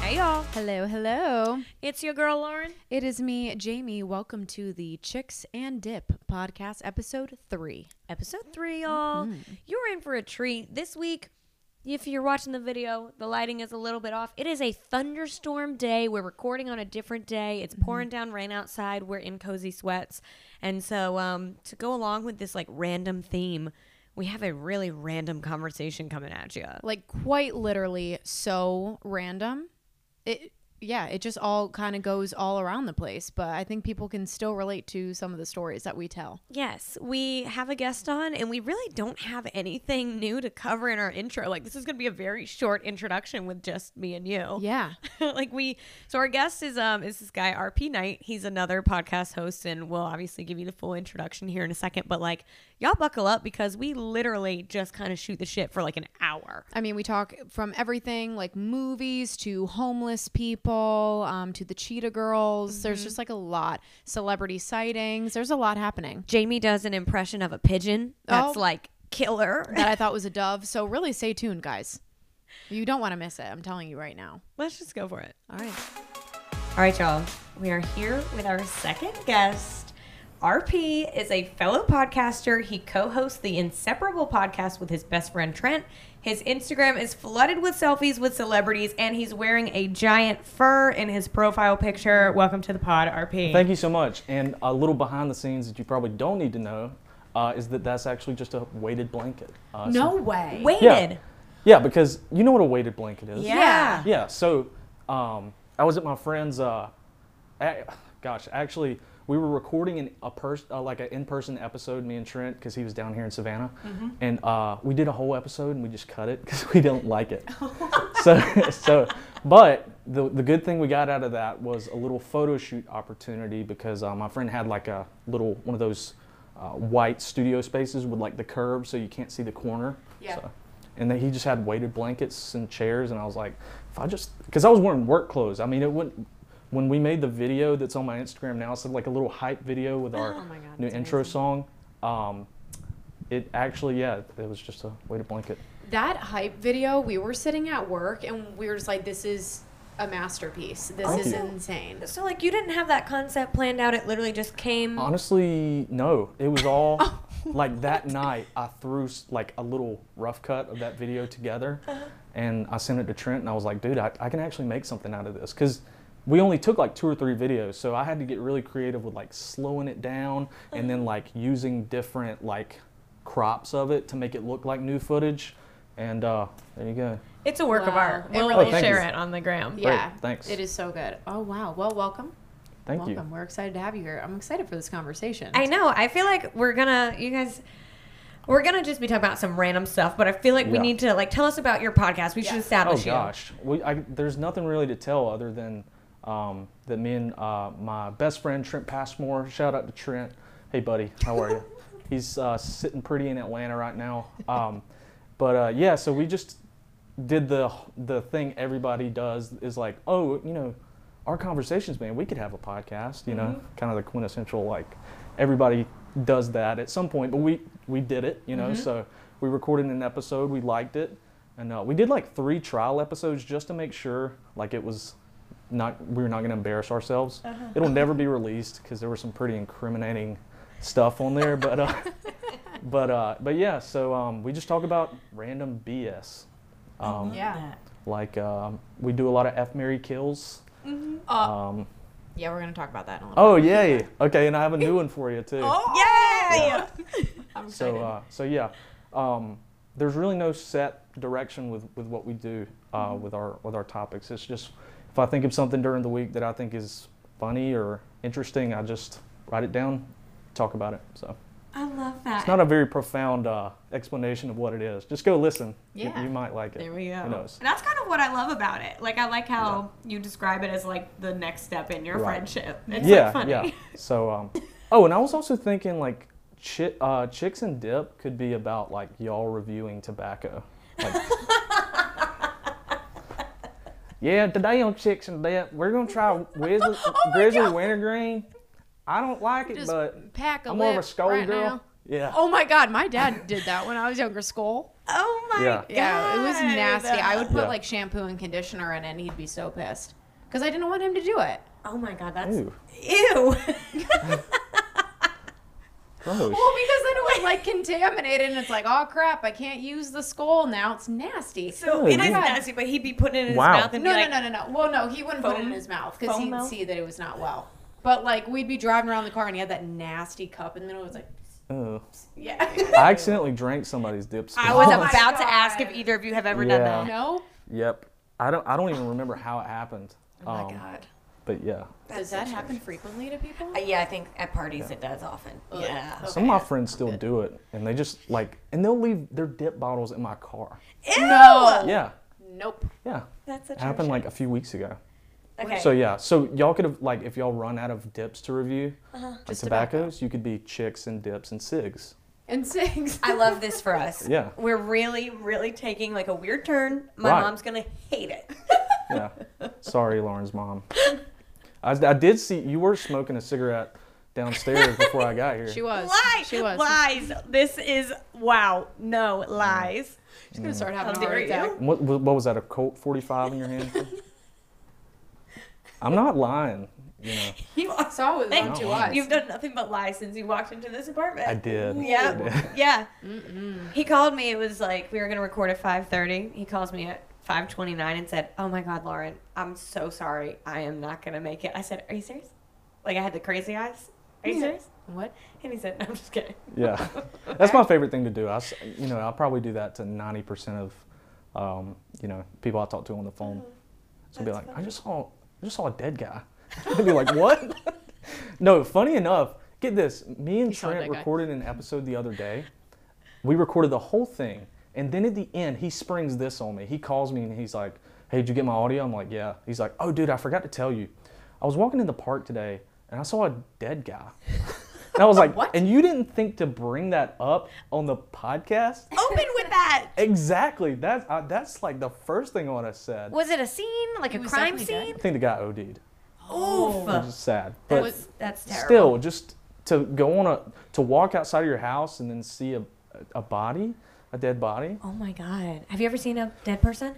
Hey y'all, Hello, hello. it's your girl Lauren. It is me, Jamie. Welcome to the Chicks and Dip podcast, episode three. Episode three, y'all. You're in for a treat this week. If you're watching the video, the lighting is a little bit off. It is a thunderstorm day. We're recording on a different day. It's pouring down rain outside. We're in cozy sweats, and so um, to go along with this like random theme, we have a really random conversation coming at you. Like quite literally, so random. It, yeah, it just all kind of goes all around the place. But I think people can still relate to some of the stories that we tell. Yes, we have a guest on, and we really don't have anything new to cover in our intro. Like this is going to be a very short introduction with just me and you. Yeah, like we so our guest is um is this guy RP Knight. He's another podcast host and we'll obviously give you the full introduction here in a second, but like y'all buckle up because we literally just kind of shoot the shit for like an hour. I mean, we talk from everything like movies to homeless people um, to the Cheetah Girls. There's just like a lot celebrity sightings. There's a lot happening. Jamie does an impression of a pigeon that's Oh. like killer. that I thought was a dove. So really stay tuned, guys. You don't want to miss it. I'm telling you right now. Let's just go for it. All right. All right, y'all. We are here with our second guest. RP is a fellow podcaster. He co hosts the Inseparable podcast with his best friend Trent. His Instagram is flooded with selfies with celebrities, and he's wearing a giant fur in his profile picture. Welcome to the pod, RP. Thank you so much. And a little behind the scenes that you probably don't need to know uh, is that that's actually just a weighted blanket. Uh, so- way. Waited. yeah. yeah, because you know what a weighted blanket is. Yeah. Yeah, so um, I was at my friend's. Uh, a- gosh, actually, we were recording an, a pers- uh, like an in-person episode, me and Trent, because he was down here in Savannah, and uh, we did a whole episode and we just cut it because we didn't like it. so, so, but the the good thing we got out of that was a little photo shoot opportunity because uh, my friend had like a little one of those. Uh, white studio spaces with like the curve so you can't see the corner. Yeah. So- and then he just had weighted blankets and chairs and i was like if i just because i was wearing work clothes i mean it wouldn't when we made the video that's on my instagram now it's like a little hype video with our Oh my God, new that's intro amazing. song um, it actually yeah it was just a weighted blanket That hype video, we were sitting at work and we were just like, this is a masterpiece. This Thank is you. insane. So, like, you didn't have that concept planned out. It literally just came. honestly no it was all like that night i threw s- like a little rough cut of that video together and i sent it to trent and i was like dude i, I can actually make something out of this because we only took like two or three videos so i had to get really creative with like slowing it down and then like using different like crops of it to make it look like new footage and uh, there you go It's a work of Wow. art. It We'll really Oh, thank share you. it on the gram. Yeah. thanks. It is so good. Oh, wow. Well, welcome. thank welcome. you We're excited to have you here. I'm excited for this conversation. I know. I feel like we're gonna, you guys, we're gonna just be talking about some random stuff. But I feel like we Yeah. need to like tell us about your podcast. We should Yeah. Oh establish you. gosh, we, I, there's nothing really to tell other than um, that me and uh, my best friend Trent Passmore. Shout out to Trent. Hey buddy, how are you? He's uh, sitting pretty in Atlanta right now. Um, but uh, yeah, so we just did the the thing everybody does is like, oh, you know, our conversations, man. We could have a podcast. You know, Mm-hmm. kind of the quintessential like everybody does that at some point. But we we did it. You Mm-hmm. know, so we recorded an episode. We liked it. And uh, we did like three trial episodes just to make sure, like it was not we were not going to embarrass ourselves. Uh-huh. It'll never be released because there was some pretty incriminating stuff on there. But uh, but uh, but yeah, so um, we just talk about random BS. Um, Oh, Yeah. Like um, we do a lot of F Mary kills. Mm-hmm. Uh, Um, yeah, we're going to talk about that in a little oh yay! Okay, and I have a new one for you too. Oh, Yay! bit. I'm excited. So, uh, so yeah, um, there's really no set direction with, with what we do uh, with our with our topics. It's just if I think of something during the week that I think is funny or interesting, I just write it down, talk about it. So I love that. it's not a very profound uh, explanation of what it is. Just go listen. You- Yeah. You, might like it. there we go. Who knows? And that's kind of what I love about it. Like I like how you describe it as like the next step in your Right. friendship. It's yeah, like funny. yeah. So, um, oh, and I was also thinking like chi- uh, chicks and dip could be about like y'all reviewing tobacco. Like, yeah, today on chicks and dip, we're gonna try Grizzly, Oh my grizzly God. Wintergreen. I don't like it, Just but pack a I'm more of a lip scold right girl. now. Yeah. Oh my god, my dad did that when I was younger. Skull. Oh my Yeah. Yeah, it was God. nasty. I would put Yeah. like shampoo and conditioner in it, and he'd be so pissed because I didn't want him to do it. Oh my god, that's Ooh. ew. Gross. Well, because then it was like contaminated, and it's like, oh crap, I can't use the skull now. It's nasty. so Ew. and I nasty, but he'd be putting it in his Wow. mouth and no, be like, no, no, no, no. Well, no, he wouldn't put it in Foam- his mouth because foam he'd mouth? see that it was not well. But like, we'd be driving around the car, and he had that nasty cup, and then it was like, Ew. yeah, I accidentally drank somebody's dip. I was Oh my about God. to ask if either of you have ever Yeah. done that. no. Yep. I don't. I don't even remember how it happened. Oh my Um, god. But yeah, Does that happen frequently to people? Uh, yeah, I think at parties it does often. Ugh. Yeah. Ugh. some of my Okay. friends still do it, and they just like, and they'll leave their dip bottles in my car. No. Yeah. Nope. Yeah. That's such It a happened shame. like a few weeks ago. okay. So yeah, so y'all could have like if y'all run out of dips to review, like Just tobacco. tobaccos, you could be chicks and dips and cigs. And sings. I love this for us. Yeah. We're really, really taking like a weird turn. My Right. mom's gonna hate it. Yeah. Sorry, Lauren's mom. I, I did see you were smoking a cigarette downstairs before I got here. She was. Lies. She was. Lies. This is wow. No lies. She's gonna start having How a heart dare attack. you? What, what what was that? A Colt 45 in your hand? I'm not lying. You know, You are It's always Thank on you. to us. You've done nothing but lie since you walked into this apartment. I did. Yeah, I did. yeah. He called me. It was like we were gonna record at five thirty. He calls me at five twenty nine and said, "Oh my God, Lauren, I'm so sorry. I am not gonna make it." I said, "Are you serious? Like I had the crazy eyes. Are you Yeah. serious?" what? And he said, "No, I'm just kidding." Yeah, that's my favorite thing to do. I, s- you know, I'll probably do that to 90% of, um, you know, people I talk to on the phone. Uh-huh. So I'll be that's like, I funny. just saw, I just saw a dead guy. They'll be like, what? no, funny enough, get this. Me and You saw a Trent dead guy. recorded an episode the other day. We recorded the whole thing, and then at the end, he springs this on me. He calls me and he's like, "Hey, did you get my audio?" I'm like, "Yeah." He's like, "Oh, dude, I forgot to tell you. I was walking in the park today, and I saw a dead guy." And I was like, What? "And you didn't think to bring that up on the podcast?" Open with that. exactly. That's I that's like the first thing I would have said. Was it a scene, like a was crime definitely scene? I think the guy OD'd. Which Oof. is sad, That but was, that's terrible. Oh. still, just to go on a to walk outside of your house and then see a a body, a dead body Oh my God. Have you ever seen a dead person?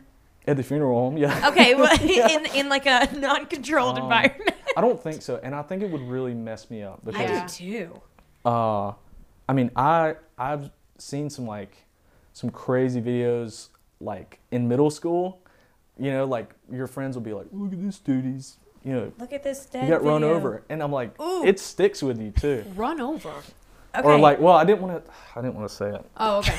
at the funeral home. Yeah. Okay, well, in in like a non-controlled Um, environment. I don't think so, and I think it would really mess me up because, Yeah. too. uh, I mean, I I've seen some like some crazy videos like in middle school, you know, like your friends will be like, look at this dude, he's you know, Look at this dead. he got run video. over, and I'm like, Ooh. it sticks with you too, Run over. Okay. or like, well, I didn't want to, I didn't want to say it. Oh, okay.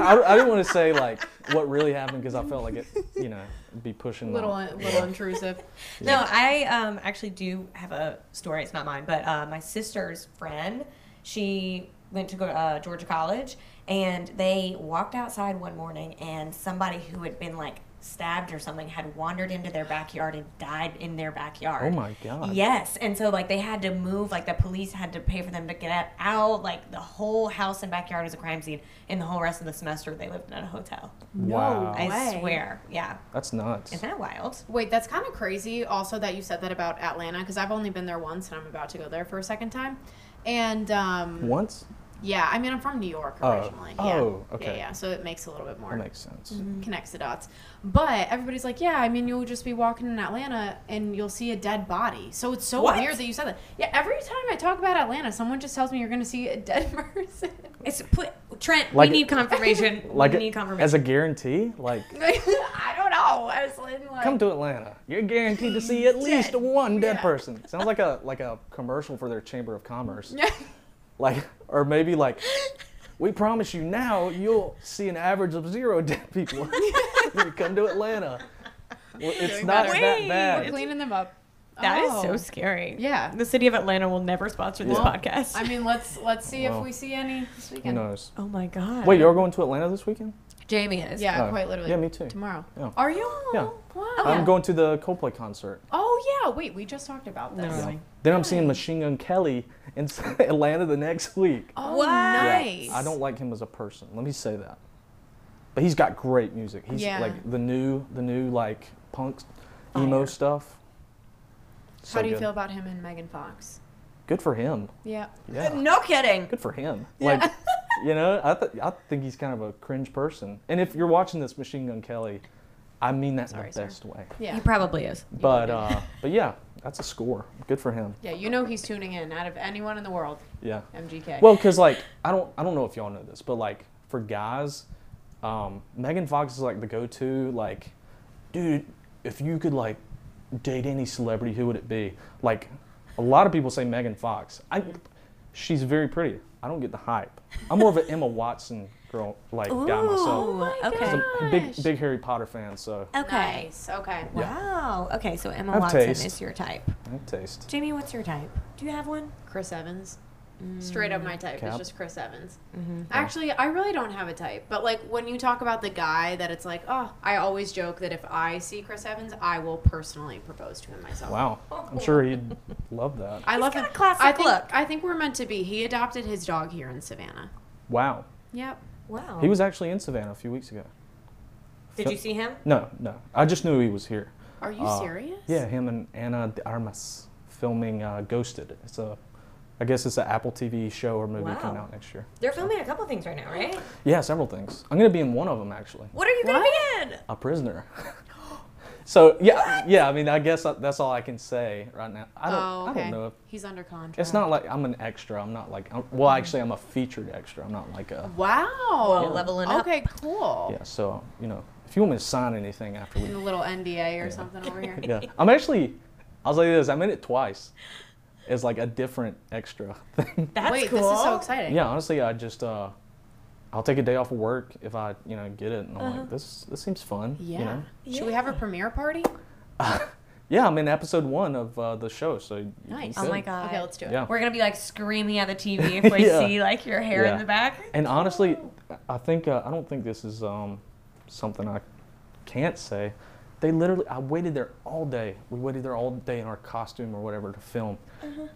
I, I didn't want to say like what really happened because I felt like it, you know, it'd be pushing. little, my- little intrusive. No, I um, actually do have a story. It's not mine, but uh, my sister's friend, she went to go uh, Georgia College, and they walked outside one morning, and somebody who had been like stabbed or something had wandered into their backyard and died in their backyard. Oh my god. Yes, and so like they had to move, like the police had to pay for them to get out. Like the whole house and backyard was a crime scene, and the whole rest of the semester they lived in a hotel. Wow. I Way. swear, yeah. That's nuts. Isn't that wild? Wait, that's kind of crazy. Also, that you said that about Atlanta because I've only been there once, and I'm about to go there for a second time. And um, Once yeah, I mean, I'm from New York Oh. originally. Yeah. Oh, Yeah, okay. yeah. So it makes a little bit more that makes sense. connects the dots. But everybody's like, yeah, I mean, you'll just be walking in Atlanta and you'll see a dead body. So it's so What? weird that you said that. Yeah, every time I talk about Atlanta, someone just tells me you're going to see a dead person. It's put Trent. Like- we need confirmation. Like we a- need confirmation. as a guarantee, like I don't know. I was like, come to Atlanta, you're guaranteed to see at least one dead Yeah. person. Sounds like a like a commercial for their chamber of commerce. Yeah. Like or maybe like we promise you now you'll see an average of zero dead people when you come to Atlanta. Well, it's Doing not better. Wait. that We're bad. cleaning them up. That is Oh. so scary. Yeah. The city of Atlanta will never sponsor this Yeah. podcast. I mean, let's let's see Wow. if we see any this Who weekend. knows? oh my god. Wait, you're going to Atlanta this weekend? Jamie is. Yeah, Oh. quite literally. Yeah, me too. Tomorrow. Yeah. Are you? Yeah. Wow. I'm going to the Coldplay concert. oh yeah. Wait, we just talked about this. No. Really? Then I'm seeing Machine Gun Kelly in Atlanta the next week. Oh, What? Yeah, nice. I don't like him as a person. Let me say that. But he's got great music. He's Yeah. like the new, the new like punk, emo Fire. stuff. How do you good. feel about him and Megan Fox? good for him. Yeah. Yeah. No kidding. Good for him. Like, you know, I, th- I think he's kind of a cringe person. And if you're watching this, Machine Gun Kelly, I mean that Sorry, in the sir. best way. Yeah. He probably is. But uh, but yeah, that's a score. Good for him. Yeah, you know he's tuning in out of anyone in the world. Yeah. MGK. Well, because like I don't I don't know if y'all know this, but like for guys, um, Megan Fox is like the go-to. Like, dude, if you could like date any celebrity, who would it be? Like, a lot of people say Megan Fox. I, she's very pretty. I don't get the hype. I'm more of an Emma Watson girl like guy myself. oh Oh Ooh, okay. I'm a big big Harry Potter fan, so Okay. Nice. Okay. Yeah. Wow. Okay, so Emma Have Watson taste. is your type. I have taste. Jamie, what's your type? Do you have one? Chris Evans. Straight up Mm. my type Cap. is just Chris Evans. Mm-hmm. Actually, I really don't have a type, but like when you talk about the guy that it's like, oh, I always joke that if I see Chris Evans, I will personally propose to him myself. Wow, I'm sure he'd love that. I love got him. a classic I think, look. I think we're meant to be. He adopted his dog here in Savannah. Wow, Yep. Wow. he was actually in Savannah a few weeks ago. Did you see him? No, no, I just knew he was here. Are you Uh, serious? Yeah, him and Anna de Armas filming uh, Ghosted. It's a, I guess it's an Apple TV show or movie coming Wow. out next year. They're filming a couple things right now, right? Yeah, several things. I'm gonna be in one of them actually, What are you going to be in? a prisoner. so yeah, yeah. I mean, I guess that- that's all I can say right now. I don't, Oh, okay. I don't know. If, He's under contract. it's not like I'm an extra. I'm not like. I'm, well, actually, I'm a featured extra. I'm not like a. Wow. Yeah. leveling up. Okay, cool. Yeah. So you know, if you want me to sign anything after In we, the little NDA or something over here. yeah, I'm actually. I'll say this. I'm in it twice. It's like a different extra thing. That's Wait, cool. this is so exciting. Yeah, honestly, I just uh, I'll take a day off of work if I you know get it, and I'm Uh-huh. like, this this seems fun. you Yeah. know? Should we have a premiere party? Yeah, I'm in episode one of uh, the show, so you Nice. Oh could. my god. Okay, let's do it. Yeah. We're going to be like screaming at the TV if we Oh. Yeah. see like your hair Yeah. in the back. And honestly, Oh. I think uh, I don't think this is um, something I can't say. They literally, I waited there all day. We waited there all day in our costume or whatever to film. Uh-huh.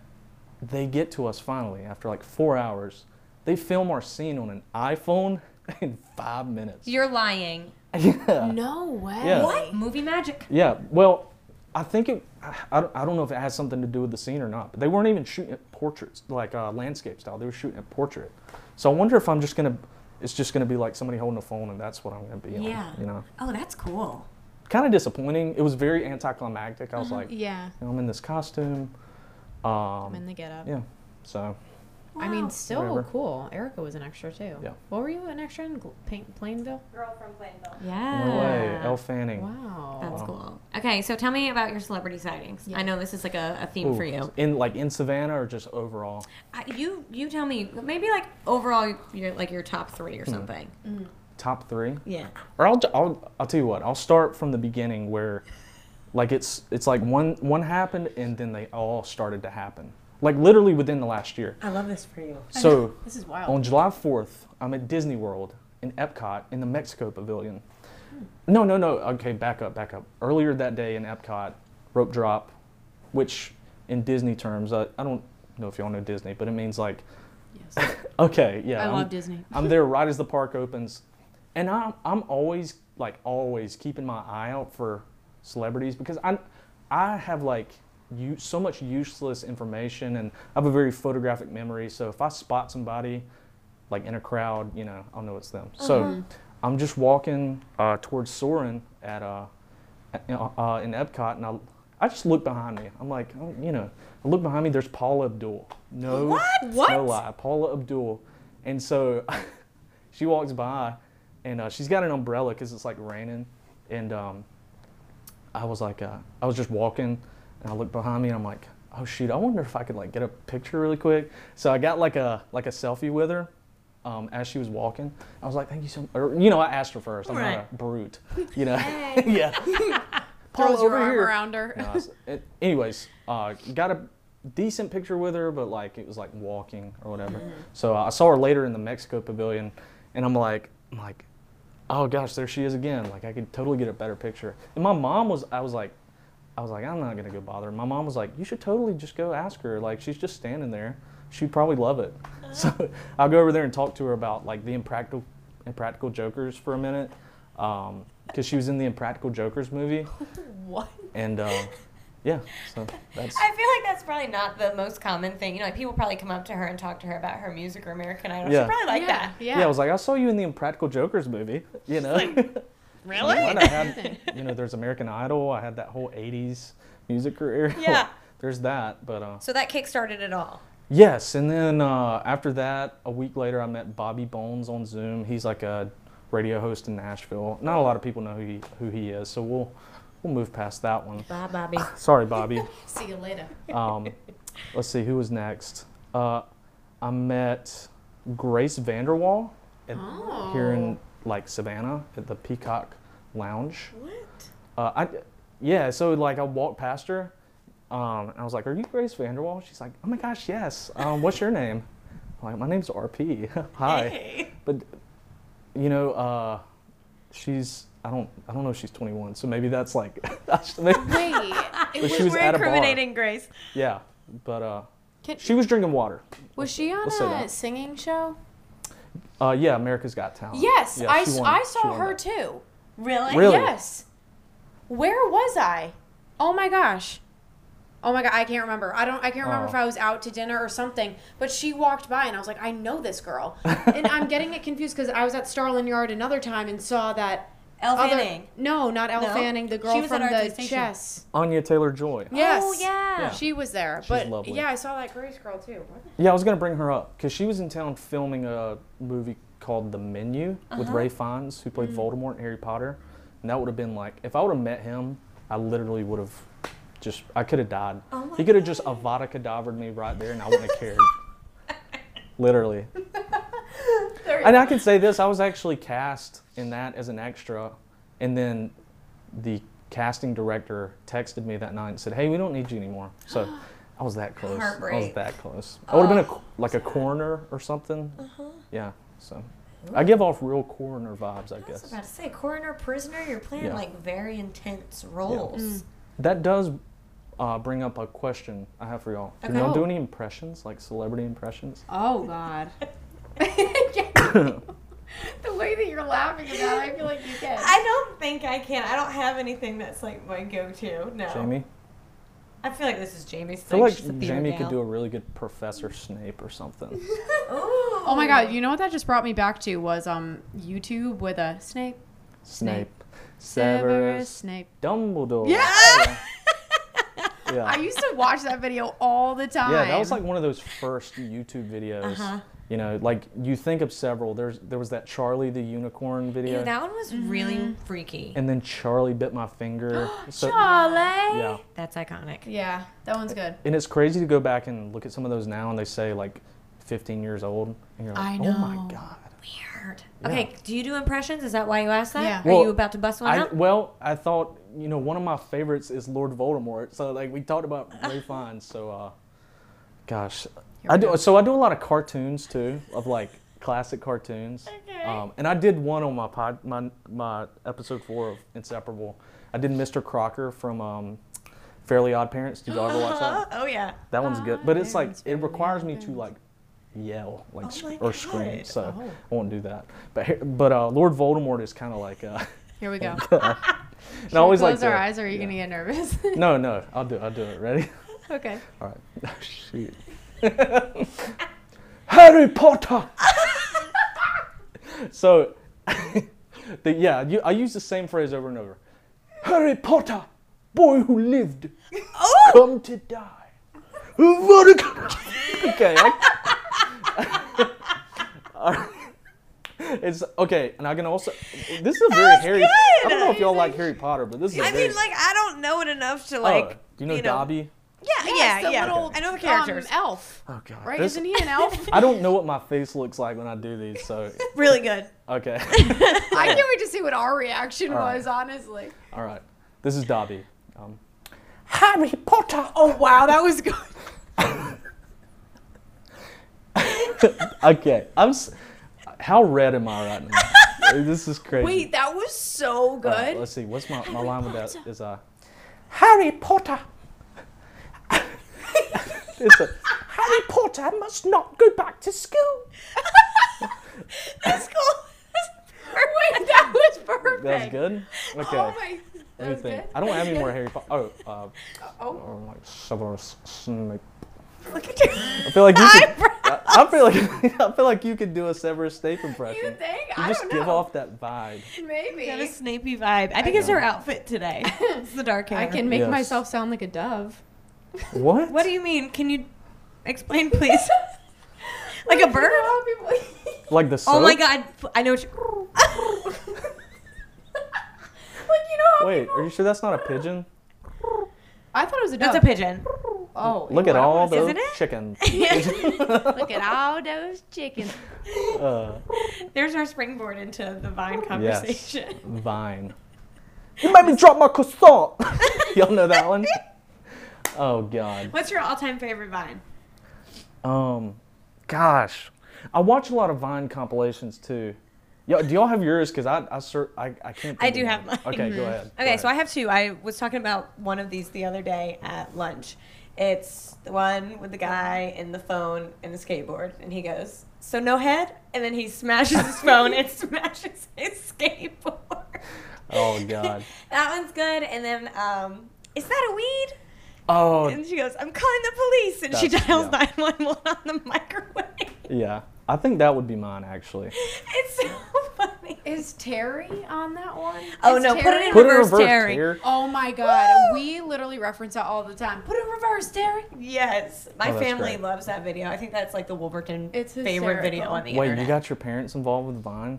They get to us finally after like four hours. They film our scene on an iPhone in five minutes. You're lying. yeah. No way. Yeah. What? Movie magic. Yeah, well, I think it. I, I don't- I don't know if it has something to do with the scene or not. But they weren't even shooting at portraits, like uh, landscape style. They were shooting at portrait. So I wonder if I'm just gonna. It's just gonna be like somebody holding a phone, and that's what I'm gonna be. on, Yeah. you know, Oh, that's cool. kind of disappointing. It was very anticlimactic. I was like, Yeah. you know, I'm in this costume. I'm in Um, the get up. yeah. So I mean, Wow. still Whatever. cool. Erica was an extra too. Yeah. What were you an extra in? Gl- Plain- Plainville? Girl from Plainville. Yeah. Ah. no way, Oh. Elle Fanning. Wow. That's cool. Okay, so tell me about your celebrity sightings. I know this is like a, a theme Ooh, for you. In like in Savannah or just overall? I, you you tell me maybe like overall your like your top three Hmm. or something. Top three. Yeah. or I'll, I'll I'll tell you what. I'll start from the beginning where, like it's it's like one one happened and then they all started to happen. Like literally within the last year. I love this for you. So This is wild. on July 4th, I'm at Disney World in Epcot in the Mexico Pavilion. Hmm. No, no, no. Okay, back up, back up. Earlier that day in Epcot, rope drop, which in Disney terms, I, I don't know if y'all know Disney, but it means like, Yes. okay, yeah. I I'm- love Disney. I'm there right as the park opens, and I'm I'm always like always keeping my eye out for celebrities because I I have like you so much useless information and I have a very photographic memory. So if I spot somebody like in a crowd, you know I'll know it's them. Uh-huh. So I'm just walking uh, towards Soren at uh, at- uh in Epcot, and I I just look behind me. I'm like oh, you know I look behind me. There's Paula Abdul. No, What? no lie, Paula Abdul, and so. she walks by and uh, she's got an umbrella because it's like raining and um, i was like uh, i was just walking and i looked behind me and i'm like oh shoot i wonder if i could like get a picture really quick so i got like a like a selfie with her um, as she was walking i was like thank you so much or, you know i asked her first i'm Right. not a brute you know yeah Paul Throws your arm around her. No, I was- it- anyways uh, got a decent picture with her but like it was like walking or whatever so i saw her later in the mexico pavilion and i'm like i'm like oh gosh there she is again like i could totally get a better picture and my mom was i was like i was like i'm not gonna go bother her. my mom was like you should totally just go ask her like she's just standing there she'd probably love it so i'll go over there and talk to her about like the impractical impractical jokers for a um, minute because she was in the impractical jokers movie What? and um, yeah, so that's I feel like that's probably not the most common thing. You know, like people probably come up to her and talk to her about her music or American Idol. Yeah. She probably like yeah, that. Yeah. I was like, I saw you in the Impractical Jokers movie. You know, Really? Mine, I had, you know, there's American Idol. I had that whole '80s music career. Yeah. there's that, but uh, So that kick started it all. yes. And then uh, after that, a week later, I met Bobby Bones on Zoom. He's like a radio host in Nashville. Not a lot of people know who he, who he is, so we'll we'll move past that one. Bye, Bobby. Sorry, Bobby. See you later. Um, let's see who was next. Uh, I met Grace Vanderwall at, Oh. here in like Savannah at the Peacock Lounge. what? Uh, I yeah, so like I walked past her, um, and I was like, "Are you Grace Vanderwall?" She's like, "Oh my gosh, yes. Um, what's your name?" I'm like, "My name's RP. Hi." But you know, uh, she's I don't I don't know if she's 21, so maybe that's like I should- maybe- Wait. But it she was, was We're at a bar. incriminating Grace. yeah, but uh, Can- she was drinking water. was she on Let's say a that. singing show? Uh, yeah, America's Got Talent. Yes, Yeah, I, she s- won- I she saw won her that. too. Really? Really? Yes. Where was I? Oh my gosh. Oh my god, I can't remember. I don't I can't remember Oh. if I was out to dinner or something, but she walked by and I was like, I know this girl. and I'm getting it confused cuz I was at Starlin Yard another time and saw that Elle other Fanning. No, not Elle No? Fanning, the girl She was at from our the station. chess. Anya Taylor Joy. Yes. Oh yeah. She was there. but lovely. yeah, I saw that Grace girl too. What the- Yeah, I was gonna bring her up because she was in town filming a movie called The Menu with Uh-huh. Ray Fiennes, who Mm. played Voldemort in Harry Potter, and that would have been like if I would have met him, I literally would have just I could have died. Oh my he could have just Avada Kedavraed me right there, and I wouldn't have cared. literally. and I can say this: I was actually cast in that as an extra, and then the casting director texted me that night and said, "Hey, we don't need you anymore." So. I was that close. I was Heartbreak. that close. I would have Oh. been a, co- like a coroner or something. Uh-huh. Yeah. So I give off real coroner vibes, I I was guess. about to say, coroner, prisoner, you're playing Yeah. like very intense roles. That does uh, bring up a question I have for y'all. Can Okay. y'all Oh. do any impressions, like celebrity impressions? Oh god. the way that you're laughing about, it, I feel like you can. I don't think I can. I don't have anything that's like my go-to. No. Jamie? I feel like this is Jamie's I feel thing. like She's a theater Jamie could gal. do a really good Professor Snape or something. Ooh. Oh my god, you know what that just brought me back to was um YouTube with a Snape. Snape. Severus Severus. Snape. Dumbledore. Yeah! Yeah. I used to watch that video all the time. Yeah, that was like one of those first YouTube videos. Uh-huh. You know, like you think of several. There's there was that Charlie the Unicorn video, Ew, that one was really freaky. and then Charlie bit my finger. so, Charlie. yeah, That's iconic. Yeah, that one's good. and it's crazy to go back and look at some of those now, and they say like 15 years old, and you're I like, oh know. my god. Weird. Okay, do you do impressions? Is that why you asked that? Yeah. Are Well, you about to bust one I, out? well, I thought you know one of my favorites is Lord Voldemort. So like we talked about Ray Fiennes. So, uh, gosh, I do. So I do a lot of cartoons too, of like classic cartoons. Okay. Um, and I did one on my pod, my my episode four of Inseparable. I did Mr. Crocker from um, Fairly Odd Parents. Did y'all ever watch Uh, that? oh yeah. That one's good, but it's like Parents, it Fairly requires Odd me to like yell, like Oh sc- my or scream. God. So Oh. I won't do that. But here- but uh, Lord Voldemort is kind of like. Uh, Here we go. and I always like Close our to- eyes, or are you yeah. gonna get nervous? No, no, I'll do. I'll do it. Ready? okay. All right. Oh, Shoot. Harry Potter. so, the, yeah, you, I use the same phrase over and over. Harry Potter, boy who lived, come to die. Vodka- okay. I- All right. It's okay, and I can also. This is a very was Harry. I don't know if y'all like Harry Potter, but this is. a I very, mean, like I don't know it enough to Oh, like. do you know Dobby? Yeah, Yes, yeah, the yeah. little, I know the um, characters. elf, Oh God. right? this- Isn't he an elf? I don't know what my face looks like when I do these, so really good. okay. I can't wait to see what our reaction All right. was. Honestly. All right. This is Dobby. Um, Harry Potter. Oh wow, that was good. okay. I'm. s- How red am I right now? this is crazy. Wait, that was so All right, good. Uh, let's see. What's my, my line with that? Is uh, Harry Potter. it's a, Harry Potter must not go back to school. That's cool. Wait, that was perfect. That was good. Okay. Oh my. That was Anything. good. I don't have any more Harry Potter. Oh, uh, Oh. or like Severus Snape. Look at you. I feel like you could, I, I feel like I feel like you could do a Severus Snape impression. You think? You I just don't give know. off that vibe. Maybe. Got a Snapey vibe. I think it's her outfit today. It's the dark hair. I can make Yes. myself sound like a dove. What? What do you mean? Can you explain, please? like a bird? Like the soap? Oh my god! I know. What you- Like you know. Wait, are you sure that's not a pigeon? I thought it was a dove. That's a pigeon. Oh, Look at all those Isn't it? chickens. Look at all those chickens. Uh, There's our springboard into the vine conversation. Vine. You made me drop my croissant. Y'all know that one? Oh God. What's your all-time favorite vine? Um, gosh, I watch a lot of Vine compilations too. Yo, do y'all have yours? Cause I I cer- I, I can't. I think do of have mine. mine. Okay, go ahead. Okay, so I have two. I was talking about one of these the other day at lunch. It's the one with the guy in the phone and the skateboard, and he goes, "So no head," and then he smashes his phone and smashes his skateboard. Oh God. that one's good. And then, um, is that a weed? Oh And she goes, "I'm calling the police," and she That's- dials yeah. nine one one on the microwave. yeah. I think that would be mine actually. It's so funny. Is Terry on that one? Oh, Is no, put it Terry- in Put it in Reverse reverse, Terry. Terry. Oh my god, Woo! we literally reference that all the time. Put it in reverse, Terry. Yes, my Oh, that's family great. loves that video. I think that's like the Wolverton It's favorite video hysterical. on the Wait, you internet. got your parents involved with Vine?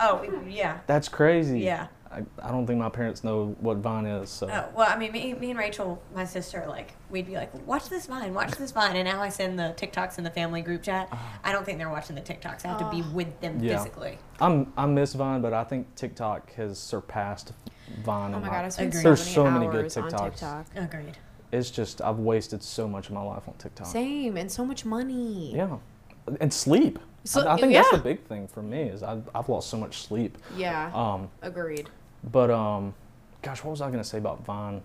oh yeah. That's crazy. Yeah. I, I don't think my parents know what Vine is. So. Oh, well, I mean, me, me and Rachel, my sister, like, we'd be like, watch this Vine, watch this Vine. And now I send the TikToks in the family group chat. I don't think they're watching the TikToks. I have to be Ah. with them Ah. Yeah. physically. I'm I miss Vine, but I think TikTok has surpassed Vine. Oh in my god, I spent Agreed. so There's many so many good hours TikToks. on TikTok. Agreed. It's just I've wasted so much of my life on TikTok. Same, and so much money. Yeah, and sleep. So- I, I think that's the yeah. big thing for me is I've, I've lost so much sleep. Yeah, Um, agreed. but um, gosh, what was I gonna say about Vine?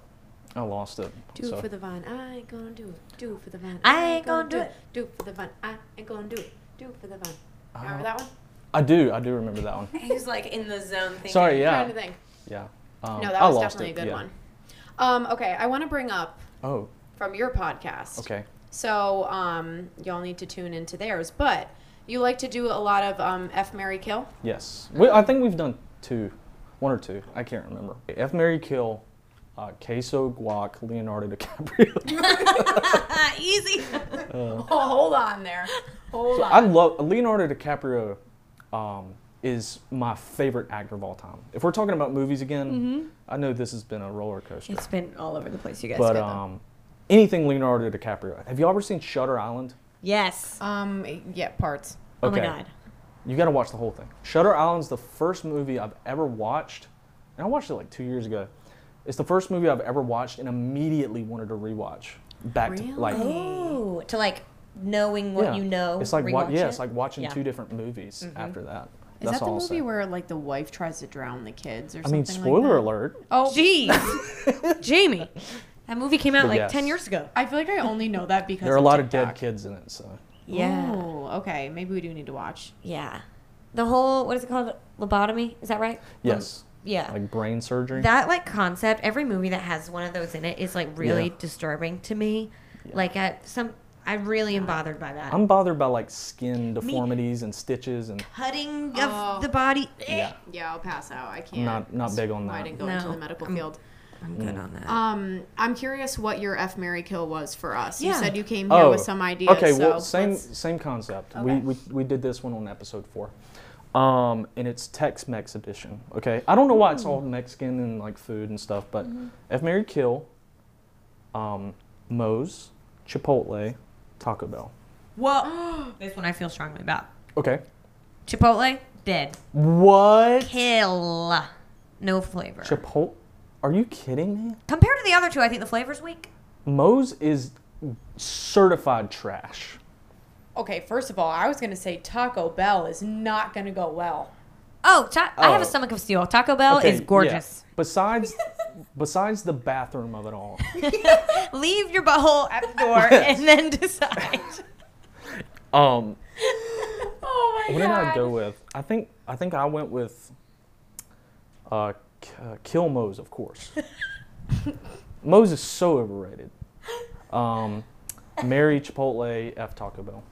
I lost it. Do So- it for the vine. I ain't gonna do it. Do it for the vine. I ain't gonna do it. Do it for the vine. I ain't gonna do it. Do it for the vine. Uh, Remember that one? I do. I do remember that one. He was like in the zone thinking. Sorry. Trying to Yeah. think. Yeah. Um, no, that I was lost definitely it, a good yeah. one. Um, okay, I want to bring up Oh. from your podcast. Okay. So um, y'all need to tune into theirs, but you like to do a lot of um, F Mary Kill. Yes. We, I think we've done two, one or two. I can't remember. F. Mary Kill, uh, Queso Guac, Leonardo DiCaprio. ah, Easy. Oh, hold on there. Hold So I love Leonardo DiCaprio. Um, is my favorite actor of all time. If we're talking about movies again, I know this has been a roller coaster. Mm-hmm. it's been all over the place, you guys. but did, though. um, anything Leonardo DiCaprio. Have you ever seen Shutter Island? yes. Um, yeah, parts. Oh my God. You got to watch the whole thing. Shutter Island's the first movie I've ever watched, and I watched it like two years ago. It's the first movie I've ever watched and immediately wanted to rewatch. Back to like Oh, to like knowing what yeah. you know. It's like wa- rewatch yeah, it? it's like watching Yeah. two different movies after that. Is That's that the all I'll movie say. where like the wife tries to drown the kids or I something? mean, like spoiler that? alert. Oh, Jeez. Jamie. That movie came out But like yes. 10 years ago. I feel like I only know that because There are a lot of TikTok. dead kids in it, so Yeah. Oh, okay. Maybe we do need to watch. Yeah. The whole, what is it called? Lobotomy? Is that right? yes, uh, Yeah. like brain surgery. that like concept, every movie that has one of those in it is like really Yeah. disturbing to me. Like I some I really am bothered by that. I'm bothered by like skin deformities and stitches and Cutting of Oh. the body. Eh. yeah. Yeah, I'll pass out. I can't. Not not big on I that. didn't go into No. the medical I'm- field. I'm Mm. good on that. Um, I'm curious what your F Mary Kill was for us. You Yeah. said you came here with some ideas. Oh, Okay, so well, same let's- same concept. Okay. We, we we did this one on episode four, um, and it's Tex-Mex edition. Okay, I don't know why it's all Mexican and like food and stuff, but F Mary Kill, um, Moe's, Chipotle, Taco Bell. Well, this one I feel strongly about. Okay, Chipotle, dead. what Kill. No flavor. Chipotle? Are you kidding me? Compared to the other two, I think the flavor's weak. Moe's is certified trash. Okay, first of all, I was gonna say Taco Bell is not gonna go well. Oh, ta- I have a Oh. stomach of steel. Taco Bell Okay, is yeah. gorgeous. Besides, besides the bathroom of it all. Leave your butthole at the door and then decide. Um, Oh my What did I go with? I think I think I went with uh, K- uh, Kill Mose, of course. Mose is so overrated. Um, Mary Chipotle F Taco Bell.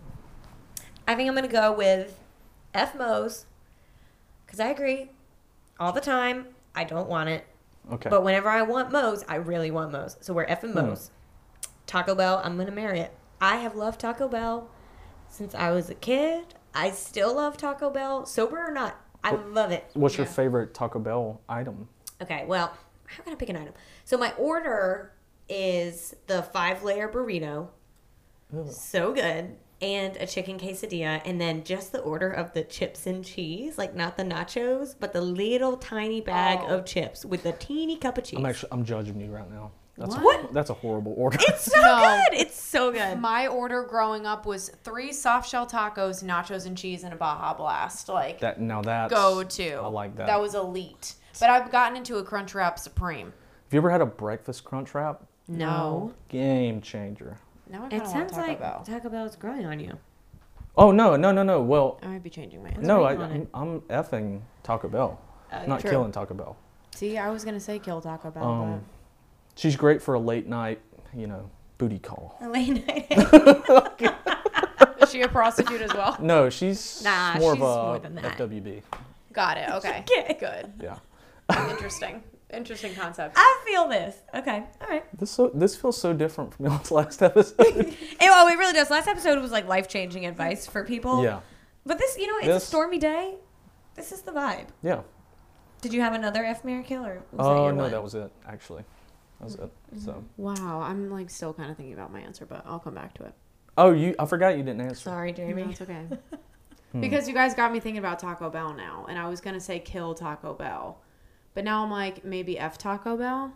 I think I'm gonna go with F Mo's because I agree all the time. I don't want it, Okay. but whenever I want Mo's, I really want Mo's. So we're F and Hmm. Mo's. Taco Bell, I'm gonna marry it. I have loved Taco Bell since I was a kid. I still love Taco Bell, sober or not. I Oh. love it. What's your Yeah. favorite Taco Bell item? Okay, well, how can I pick an item? So my order is the five layer burrito. So good. And a chicken quesadilla, and then just the order of the chips and cheese, like not the nachos, but the little tiny bag Oh. of chips with a teeny cup of cheese. I'm actually I'm judging you right now. That's What? A, that's a horrible order. it's so No. good. It's so good. My order growing up was three soft shell tacos, nachos and cheese, and a Baja Blast. Like that now that's go to. I like that. That was elite. But I've gotten into a crunch wrap supreme. Have you ever had a breakfast crunch wrap? No. Game changer. Now I kind It of want sounds Taco like Bell. Taco Bell is growing on you. Oh no no no no. Well, I might be changing my answer. no, wrong I, on I'm, it? I'm effing Taco Bell. Okay. Not True. killing Taco Bell. See, I was gonna say kill Taco Bell, Um, she's great for a late night, you know, booty call. A late night. but is she a prostitute as well? No, she's Nah, more she's of a more than that. FWB. Got it. Okay. Okay. Good. Yeah. Interesting. Interesting concept. I feel this. Okay. All right. This so this feels so different from the last episode. It, oh, it really does. Last episode was like life changing advice for people. yeah. But this, you know, it's This- a stormy day. This is the vibe. Yeah. Did you have another F Mary Kill or was that Oh your no, one? Mm-hmm. that was it actually. That was it. So. Wow. I'm like still kind of thinking about my answer, but I'll come back to it. Oh, you. I forgot you didn't answer. Sorry, No, Jamie. it's okay. Hmm. Because you guys got me thinking about Taco Bell now, and I was gonna say kill Taco Bell, but now I'm like maybe f Taco Bell,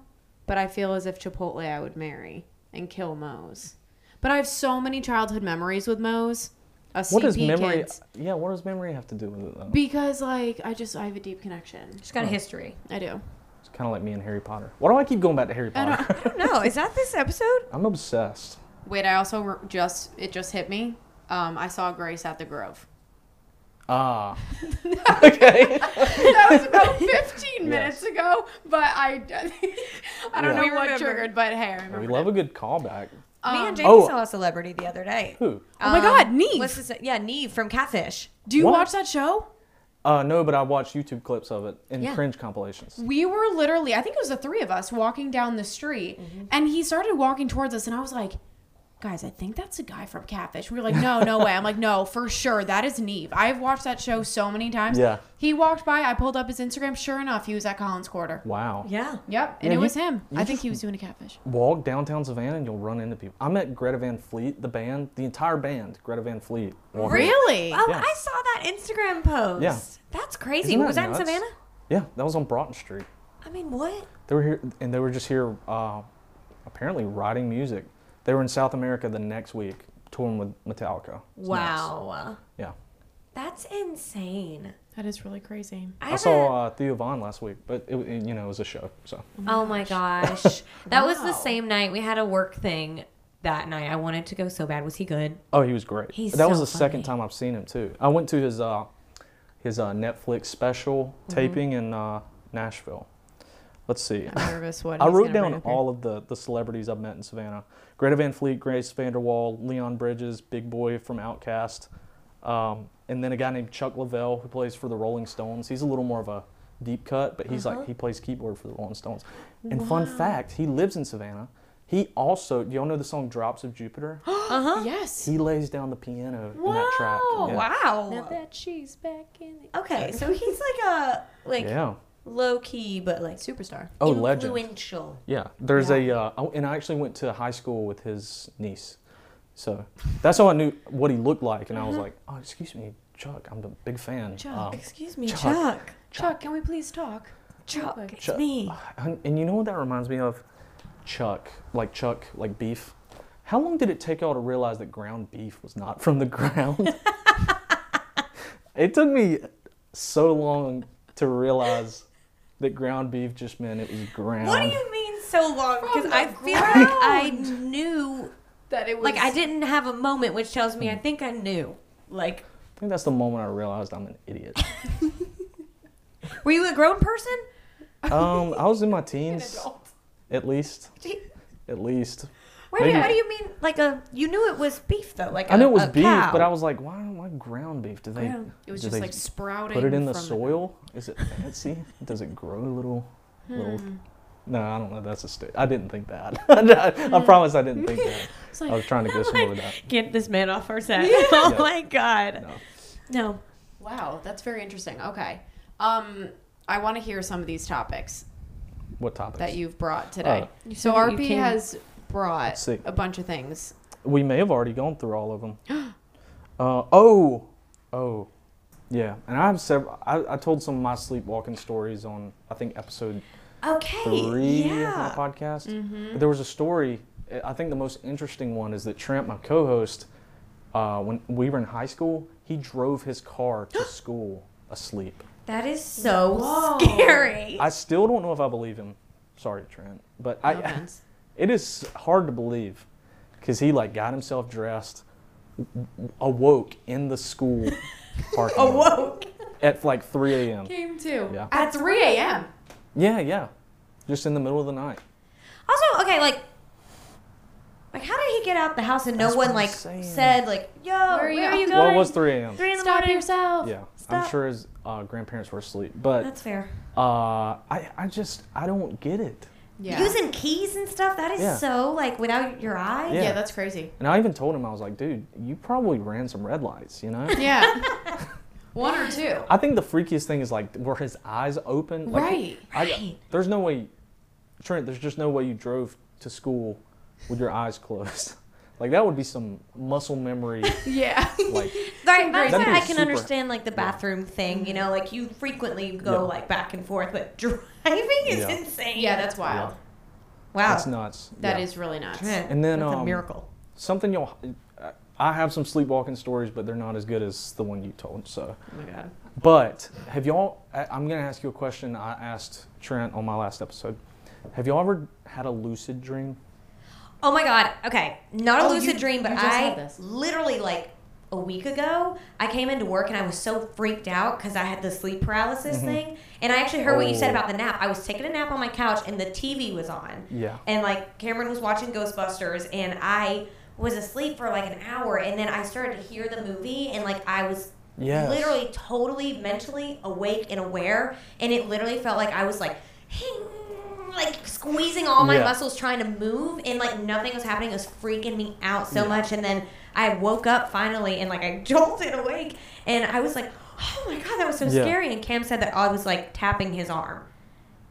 but I feel as if Chipotle I would marry and kill Moe's, but I have so many childhood memories with Moe's. A CP What does memory? kids. Yeah. What does memory have to do with it though? Because like I just I have a deep connection. She's got a Oh. history. I do. It's kind of like me and Harry Potter. Why do I keep going back to Harry I Potter? I don't know. Is that this episode? I'm obsessed. Wait, I also re- just it just hit me. Um, I saw Grace at the Grove. Ah. okay. that was about 15 minutes minutes ago, but I I don't don't Yeah. know what triggered, but hey, I remember. We love a good callback. Me and Um, Jamie Oh. saw a celebrity the other day. Who? Oh my God, Neve. What's his, yeah, Neve from Catfish. Do you What? watch that show? Uh, no, but I watched YouTube clips of it in Yeah. cringe compilations. We were literally, I think it was the three of us walking down the street, and he started walking towards us, and I was like, guys, I think that's a guy from Catfish. We were like, no, no way. I'm like, no, for sure. That is Neve. I've watched that show so many times. Yeah. He walked by, I pulled up his Instagram. Sure enough, he was at Collins Quarter. Wow. Yeah. Yep, and Yeah, it you- was him. you I think just- he was doing a catfish. Walk downtown Savannah and you'll run into people. I met Greta Van Fleet, the band, the entire band, Greta Van Fleet. walking- Really? Oh, Yeah. I saw that Instagram post. Yeah. That's crazy. Isn't that was that nuts? in Savannah? Yeah, that was on Broughton Street. I mean, what? They were here, and they were just here, uh, apparently writing music. They were in South America the next week, touring with Metallica. It's nuts. wow. Yeah. That's insane. That is really crazy. I, I saw uh, Theo Vaughn last week, but it, it- you know it was a show. So Oh my gosh. that was Wow. the same night we had a work thing that night. I wanted to go so bad. Was he good? oh, he was great. He's that was so the second funny. time I've seen him too. I went to his uh, his uh, Netflix special taping in uh, Nashville. Let's see. I'm nervous. What I he's wrote gonna bring down up here. all of the, the celebrities I've met in Savannah: Greta Van Fleet, Grace Vanderwall, Leon Bridges, Big Boy from Outkast, um, and then a guy named Chuck Lavelle who plays for the Rolling Stones. He's a little more of a deep cut, but he's Uh-huh. like he plays keyboard for the Rolling Stones. And fun fact, he lives in Savannah. He also, do y'all know the song "Drops of Jupiter"? Uh huh. Uh-huh. Yes. he lays down the piano in that track. Wow, Yeah. Wow. Now that she's back in the Okay, so he's like a like Yeah. low key, but like superstar. Oh, legend. influential. Yeah. There's Yeah. a, uh, oh, and I actually went to high school with his niece. So that's how I knew what he looked like. And I was Mm-hmm. like, oh, excuse me, Chuck, I'm a big fan. Chuck. Um, Excuse me, Chuck. Chuck. Chuck, can we please talk? Chuck, Chuck. it's Chuck. me. and, and you know what that reminds me of? Chuck, like Chuck, like beef. How long did it take y'all to realize that ground beef was not from the ground? it took me so long to realize that ground beef just meant it was ground. What do you mean so long? From Because the I feel like I knew, That it was like I didn't have a moment which tells me I think I knew. Like, I think that's the moment I realized I'm an idiot. were you a grown person? Um, I was in my teens, at least, Gee, at least. Wait, Maybe- what do you mean? Like a you knew it was beef though. Like I knew it was a beef, cow. but I was like, why, why ground beef? Do they? Ground. It was do just they like sprouting. put it in the from soil? Is it fancy? Does it grow little? Hmm. Little. No, I don't know. That's a st- I didn't think that. I, promise I didn't think that. Mm. It's I was trying to go somewhere with that. get this man off our set. Oh my god. No. No. Wow, that's very interesting. Okay, um, I want to hear some of these topics What topics? that you've brought Uh, today. You so said that you RP can- has brought Let's see. a bunch of things. we may have already gone through all of them. uh, oh, oh, yeah. And I have several. I, I told some of my sleepwalking stories on I think episode Okay. three of my yeah. podcast. There was a story. I- I think the most interesting one is that Trent, my co-host, uh, when we were in high school, he drove his car to school asleep. That is so Whoa. scary. I still don't know if I believe him. Sorry, Trent, but No I. offense. It is hard to believe because he like got himself dressed, w- w- awoke in the school parking lot at like 3 a.m. Game two Yeah. at three a.m. Yeah, yeah, just in the middle of the night. Also, okay, like, like how did he get out the house and no That's one what I'm like saying. said like, "Yo, where are you, going?" Well, it was 3 a.m. Three in the Stop morning. yourself. Yeah, Stop. I'm sure his uh, grandparents were asleep, but That's fair. uh, I I just I don't get it. Yeah. Using keys and stuff. That is Yeah. so like without your eyes. Yeah. yeah, that's crazy. And I even told him I was like, dude, you probably ran some red lights, you know? Yeah. One or two. I think the freakiest thing is like were his eyes open? Like, Right. I, Right. There's no way, Trent. There's just no way you drove to school with your eyes closed. like that would be some muscle memory. Yeah. Like Right, that's That'd why be I can super. understand like the bathroom thing. You know, like you frequently go Yeah. like back and forth, but driving is Yeah. insane. yeah, that's wild. yeah, wow. that's nuts. That Yeah. is really nuts. Man, And then, that's a um, miracle. something you'll. I have some sleepwalking stories, but they're not as good as the one you told. So, Oh my god. but have y'all? I- I'm gonna ask you a question I asked Trent on my last episode. Have y'all ever had a lucid dream? Oh my god. Okay, not a Oh, you- lucid dream, but you just had I this. literally like a week ago I came into work and I was so freaked out because I had the sleep paralysis Mm-hmm. thing, and I actually heard what you said Oh. about the nap. I was taking a nap on my couch and the TV was on. Yeah. And like Cameron was watching Ghostbusters, and I was asleep for like an hour, and then I started to hear the movie, and like I was. Yes. Literally, totally mentally awake and aware, and it literally felt like I was like, like squeezing all my Yeah. muscles trying to move and like nothing was happening it was freaking me out so much and then i woke up finally and like i jolted awake and i was like oh my god that was so Yeah. scary and cam said that i was like tapping his arm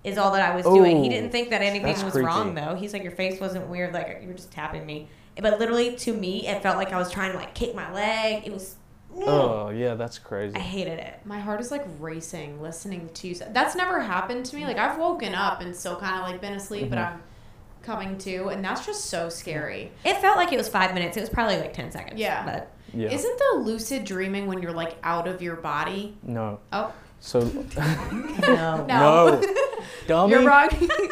is all that i was doing he Oh, didn't think that anything that's was creepy. wrong though he's like your face wasn't weird like you were just tapping me but literally to me it felt like i was trying to like kick my leg it was Oh yeah, that's crazy. i hated it My heart is like racing listening to you. say- That's never happened to me. Like I've woken up and still kind of like been asleep, but Mm-hmm. I'm coming to, and that's just so scary. it felt like it was five minutes it was probably like 10 seconds Yeah. but Yeah. Isn't the lucid dreaming when you're like out of your body? no. Oh So no no, dummy. you're wrong.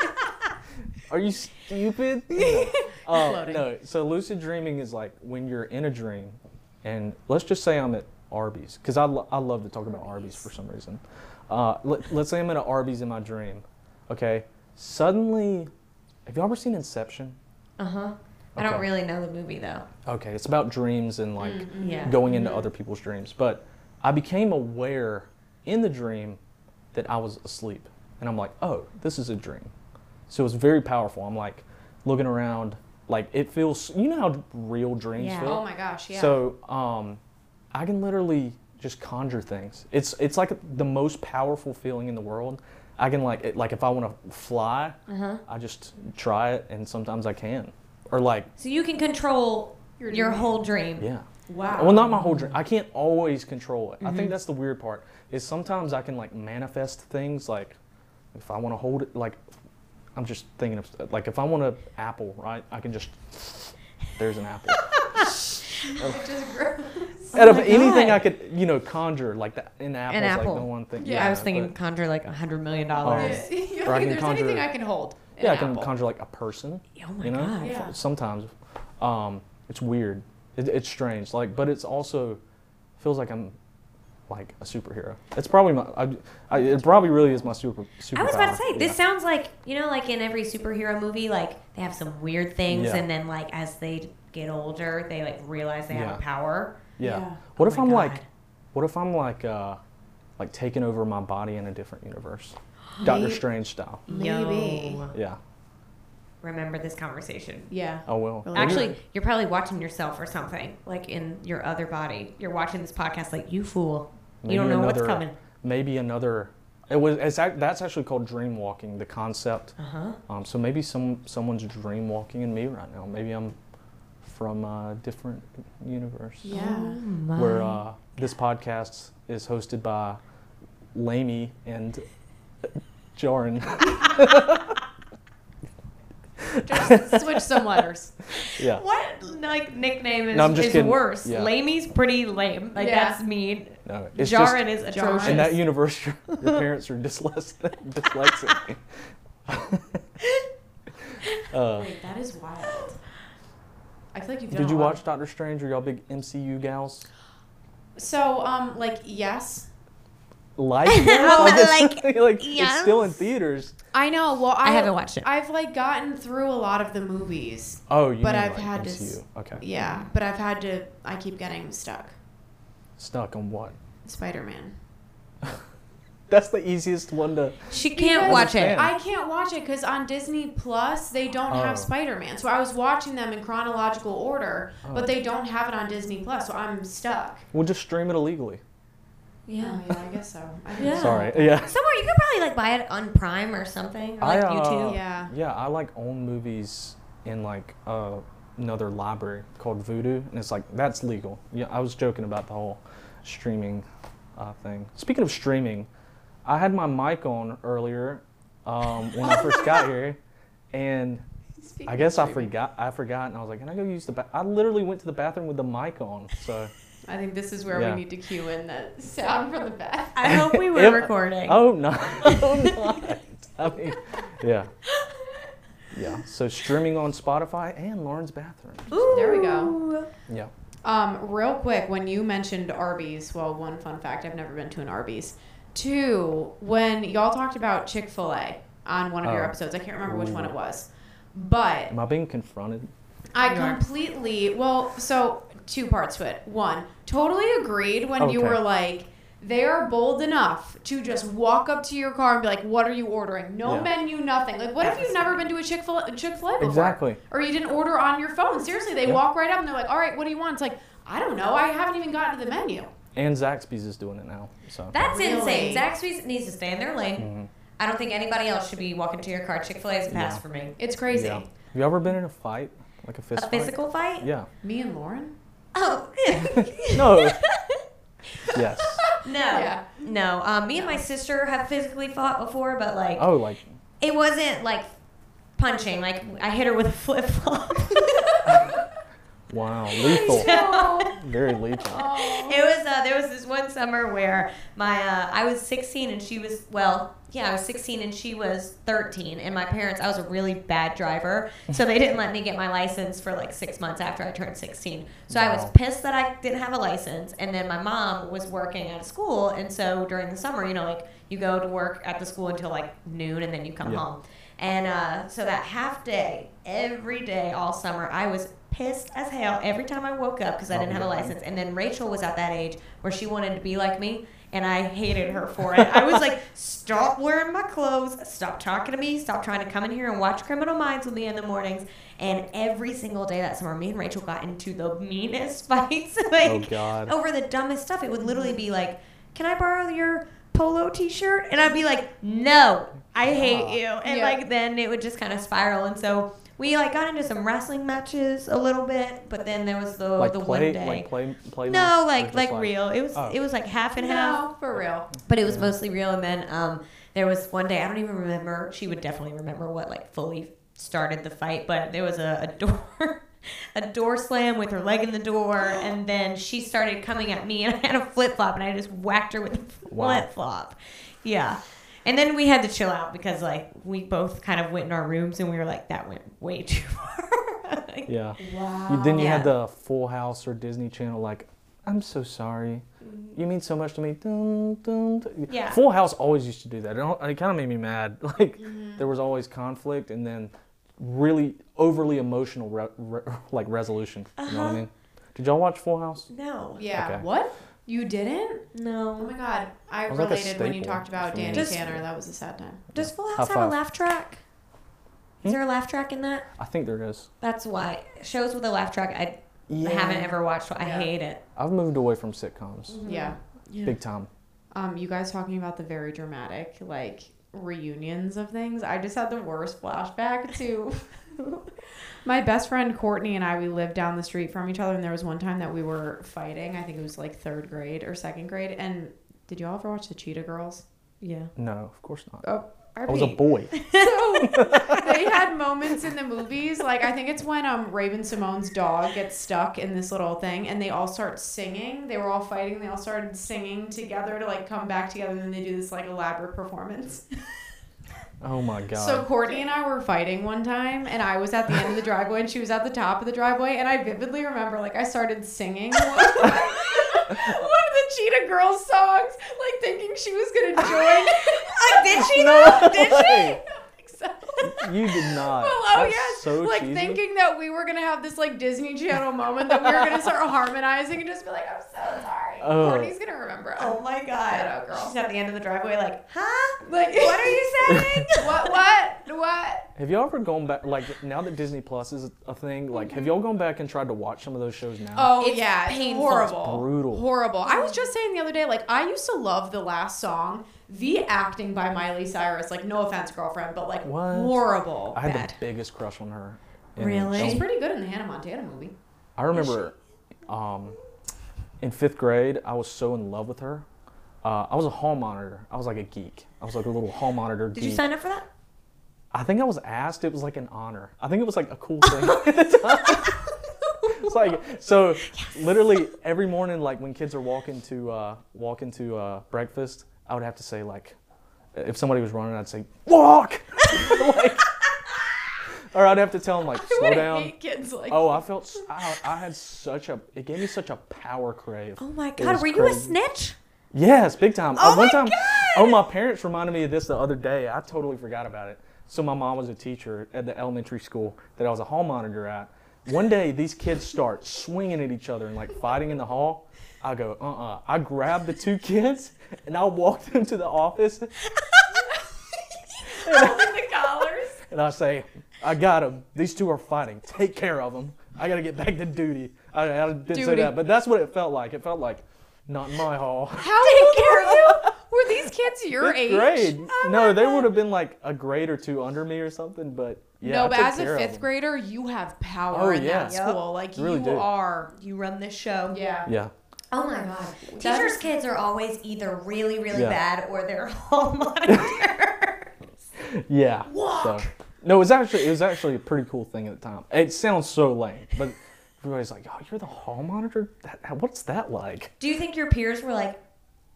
Are you stupid? No. Oh, Floating. no. So lucid dreaming is like when you're in a dream, and let's just say I'm at Arby's because I, lo- I love to talk about Arby's for some reason. Uh, let, let's say I'm at an Arby's in my dream. Okay. Suddenly, have you ever seen Inception? uh-huh i don't Okay. really know the movie though Okay, it's about dreams and like Yeah. going into other people's dreams. But I became aware in the dream that I was asleep. And I'm like, oh, this is a dream. So it's very powerful. I'm like looking around, like it feels, you know how real dreams Yeah. feel? oh my gosh, yeah. So um, I can literally just conjure things. It's it's like the most powerful feeling in the world. I can like it, like if I want to fly, Uh-huh. I just try it, and sometimes I can. Or like So you can control your, Your dream. whole dream. yeah. wow. Well, not my whole dream. I can't always control it. I Mm-hmm. think that's the weird part. Is sometimes I can like manifest things. Like if I want to hold it, like I'm just thinking of like if I want an apple, right? I can just there's an apple. Which is gross. Out of Oh my anything God. I could, you know, conjure like that. An apple is like the apple. one thing. Yeah, I was but- conjure like a hundred Oh. million dollars. You're Or I like, can there's conjure- anything I can hold. an yeah, I can apple." conjure like a person. Oh my you know? god. Yeah. Sometimes, um, it's weird. It, it's strange. Like, but it's also feels like I'm like a superhero. It's probably my. I, I, it probably really is my super. super I was about to say, this sounds like you know, like in every superhero movie, like they have some weird things, Yeah. and then like as they get older, they like realize they Yeah. have a power. Yeah. Yeah. What Oh if my I'm God. like, what if I'm like, uh, like taking over my body in a different universe, Doctor Maybe. Strange style? Maybe. Yo, Yeah, remember this conversation. Yeah. I will. Really? Actually, you're probably watching yourself or something, like in your other body. You're watching this podcast, like you fool. Maybe you don't know another- what's coming. Maybe another. It was. It's, act- that's actually called dream walking. The concept. Uh Uh-huh. huh. Um, so maybe some someone's dream walking in me right now. Maybe I'm from a different universe Yeah. my. where uh, this podcast is hosted by Lamy and Joran. Just switch some letters. yeah. What like nickname is, No, I'm just is kidding. worse? Yeah. Lamey's pretty lame. Like Yeah. that's mean. No, Jarin is Jarin. atrocious. In that universe, your, your parents are dyslexic. dyslexic. uh, Wait, that is wild. I feel like you've done did a you lot. watch Doctor Strange? Are y'all big MCU gals? So, um, like, yes. Like, it's- like, it's yes. still in theaters. I know. Well, I, I haven't watched it. I've like gotten through a lot of the movies. Oh, you But mean, I've like, had to MCU. s- okay. Yeah, but I've had to. I keep getting stuck. Stuck on what? Spider Man. That's the easiest one to. She can't Because watch it. Understand. I can't watch it because on Disney Plus they don't Oh. have Spider Man. So I was watching them in chronological order, Oh. but they don't have it on Disney Plus, so I'm stuck. We'll just stream it illegally. Yeah. Oh, yeah, I guess so. I Yeah. guess Sorry. Yeah. Somewhere you could probably like buy it on Prime or something, or I, like uh, YouTube. so. Yeah. Yeah, I like own movies in like uh, another library called Voodoo, and it's like that's legal. Yeah, I was joking about the whole streaming uh, thing. Speaking of streaming, I had my mic on earlier um, when I first got here, and I guess I forgot. I forgot, and I was like, "Can I go use the?" Ba-? I literally went to the bathroom with the mic on. So, I think this is where Yeah. we need to cue in the sound from the back. I hope we were If- recording. oh no, oh not. I mean, yeah, yeah. So streaming on Spotify and Lauren's bathroom. There we go. Yeah. Um, real quick, when you mentioned Arby's, well, one fun fact: I've never been to an Arby's. Two, when y'all talked about Chick Fil A on one of your Oh. episodes, I can't remember which one Ooh. it was, but Am I being confronted? I You are. completely well. So two parts to it. One, totally agreed when you Okay. were like, they are bold enough to just walk up to your car and be like, "What are you ordering? No Yeah. menu, nothing." Like, what if you've never been to a Chick Fil A Chick Fil A before? Exactly. Or you didn't order on your phone? Seriously, they Yeah. walk right up and they're like, "All right, what do you want?" It's like, I don't know. I haven't even gotten to the menu. And Zaxby's is doing it now. So Mm-hmm. That's Really? insane. Zaxby's needs to stay in their lane. I don't think anybody else should be walking to your car. Chick Fil A is a pass Yeah. for me. It's crazy. Yeah. Have you ever been in a fight, like a A fist fight? physical fight? Yeah. Me and Lauren. Oh No. yes. no, Yeah. no. Um, me and my sister have physically fought before, but like Oh, like it wasn't like punching. Like I hit her with a flip flop. wow, lethal, very lethal. Oh. It was uh, there was this one summer where my uh, I was 16 and she was well yeah I was 16 and she was 13 and my parents I was a really bad driver so they didn't let me get my license for like six months after I turned 16 so I Wow. was pissed that I didn't have a license and then my mom was working at a school and so during the summer you know like you go to work at the school until like noon and then you come Yeah. home and uh, so that half day every day all summer I was pissed as hell every time I woke up because I Oh, didn't have a yeah. license and then Rachel was at that age where she wanted to be like me, and I hated her for it. I was like, stop wearing my clothes, stop talking to me, stop trying to come in here and watch Criminal Minds with me in the mornings. And every single day that summer, me and Rachel got into the meanest fights, Oh like God. over the dumbest stuff. It would literally be like, can I borrow your polo T-shirt? And I'd be like, no, I Ah. hate you. And Yeah. like then it would just kind of spiral, and so. We like got into some wrestling matches a little bit, but then there was the like the one play, day. like play, play. No, or like just like real. It was Oh. it was like half and half, No, for real. but it was mostly real. And then um, there was one day I don't even remember. She would definitely remember what like fully started the fight, but there was a, a door. A door slam with her leg in the door, Oh. and then she started coming at me, and I had a flip flop, and I just whacked her with a Wow. flip flop. Yeah, and then we had to chill out because like we both kind of went in our rooms, and we were like, that went way too far. Like, Yeah. Wow. You, then you had Yeah. the Full House or Disney Channel. Like, I'm so sorry. You mean so much to me. Dun, dun, dun. Mm-hmm. Yeah. Mm-hmm. Full House always used to do that. It, al- it kind of made me mad. Like there was always conflict, and then really overly emotional re- re- like resolution. You Uh-huh. know what I mean? Did y'all watch Full House? No. Yeah. Okay. What? You didn't? No. Oh my god. I It was like a related when you staple talked about for me. Danny Just- Tanner. That was a sad time. Does Full House have High five. a laugh track? Hmm? Is there a laugh track in that? I think there is. That's why shows with a laugh track I Yeah. haven't ever Mm-hmm. watched. I Yeah. hate it. I've moved away from sitcoms Yeah. big time. Um, you guys talking about the very dramatic like reunions of things. I just had the worst flashback to my best friend Courtney and I. We lived down the street from each other, and there was one time that we were fighting. I think it was like third grade or second grade. And did y'all ever watch the Cheetah Girls? Yeah. No, of course not. Oh, I was a boy. so they had moments in the movies like i think it's when um raven simone's dog gets stuck in this little thing and they all start singing they were all fighting they all started singing together to like come back together and then they do this like elaborate performance Oh my god. so courtney and i were fighting one time and i was at the end of the driveway and she was at the top of the driveway and i vividly remember like i started singing one one of the cheetah girls songs like thinking she was gonna join did she No though? Did she? way. so, you did not. Well, oh That's yes, so like cheesy. thinking that we were gonna have this like Disney Channel moment that we were gonna start harmonizing and just be like, I'm so sorry. Oh. Courtney's gonna remember. it. Oh my god. Shut up, girl. She's at the end of the driveway like, huh? Like, What are you saying? what? What? What? Have y'all ever gone back, like, now that Disney Plus is a thing, like, Mm-hmm. have y'all gone back and tried to watch some of those shows now? Oh It's yeah, painful. horrible, Brutal. horrible. I was just saying the other day, like I used to love the last song, the acting by Miley Cyrus. Like, no offense, girlfriend, but like What? horrible. I had bad. the biggest crush on her. in Really? She's elementary. pretty good in the Hannah Montana movie. I remember um, in fifth grade, I was so in love with her. Uh, I was a hall monitor. I was like a geek. I was like a little hall monitor Did geek. you sign up for that? I think I was asked. It was like an honor. I think it was like a cool thing. at the time. it's like so. Literally every morning, like when kids are walking to uh, walking to uh, breakfast, I would have to say like, if somebody was running, I'd say walk. like, or I'd have to tell them like I slow would down. hate kids like. Oh, I felt s- I, I had such a it gave me such a power crave. Oh my It god, was were you a crazy. snitch? Yes, big time. Oh one my time, God! Oh, my parents reminded me of this the other day. I totally forgot about it. So my mom was a teacher at the elementary school that I was a hall monitor at. One day, these kids start swinging at each other and like fighting in the hall. I go, uh-uh. I grab the two kids and I walk them to the office holding the collars. and I say, I got them. These two are fighting. Take care of them. I gotta get back to duty. I, I didn't say Duty. that, but that's what it felt like. It felt like, not in my hall. How old were you? Were these kids your Fifth age? Oh grade. no, they would have been like a grade or two under me or something, but yeah. I no, but took as care a of fifth them. grader, you have power Oh, in yeah. that Yep. school. Like You really you do. are. You run this show. Yeah. Yeah. Oh my god. That- Teachers' kids are always either really, really Yeah. bad or they're hall monitor. Yeah. Walk. So. No, it was actually it was actually a pretty cool thing at the time. It sounds so lame, but everybody's like, "Oh, you're the hall monitor? That, what's that like?" Do you think your peers were like,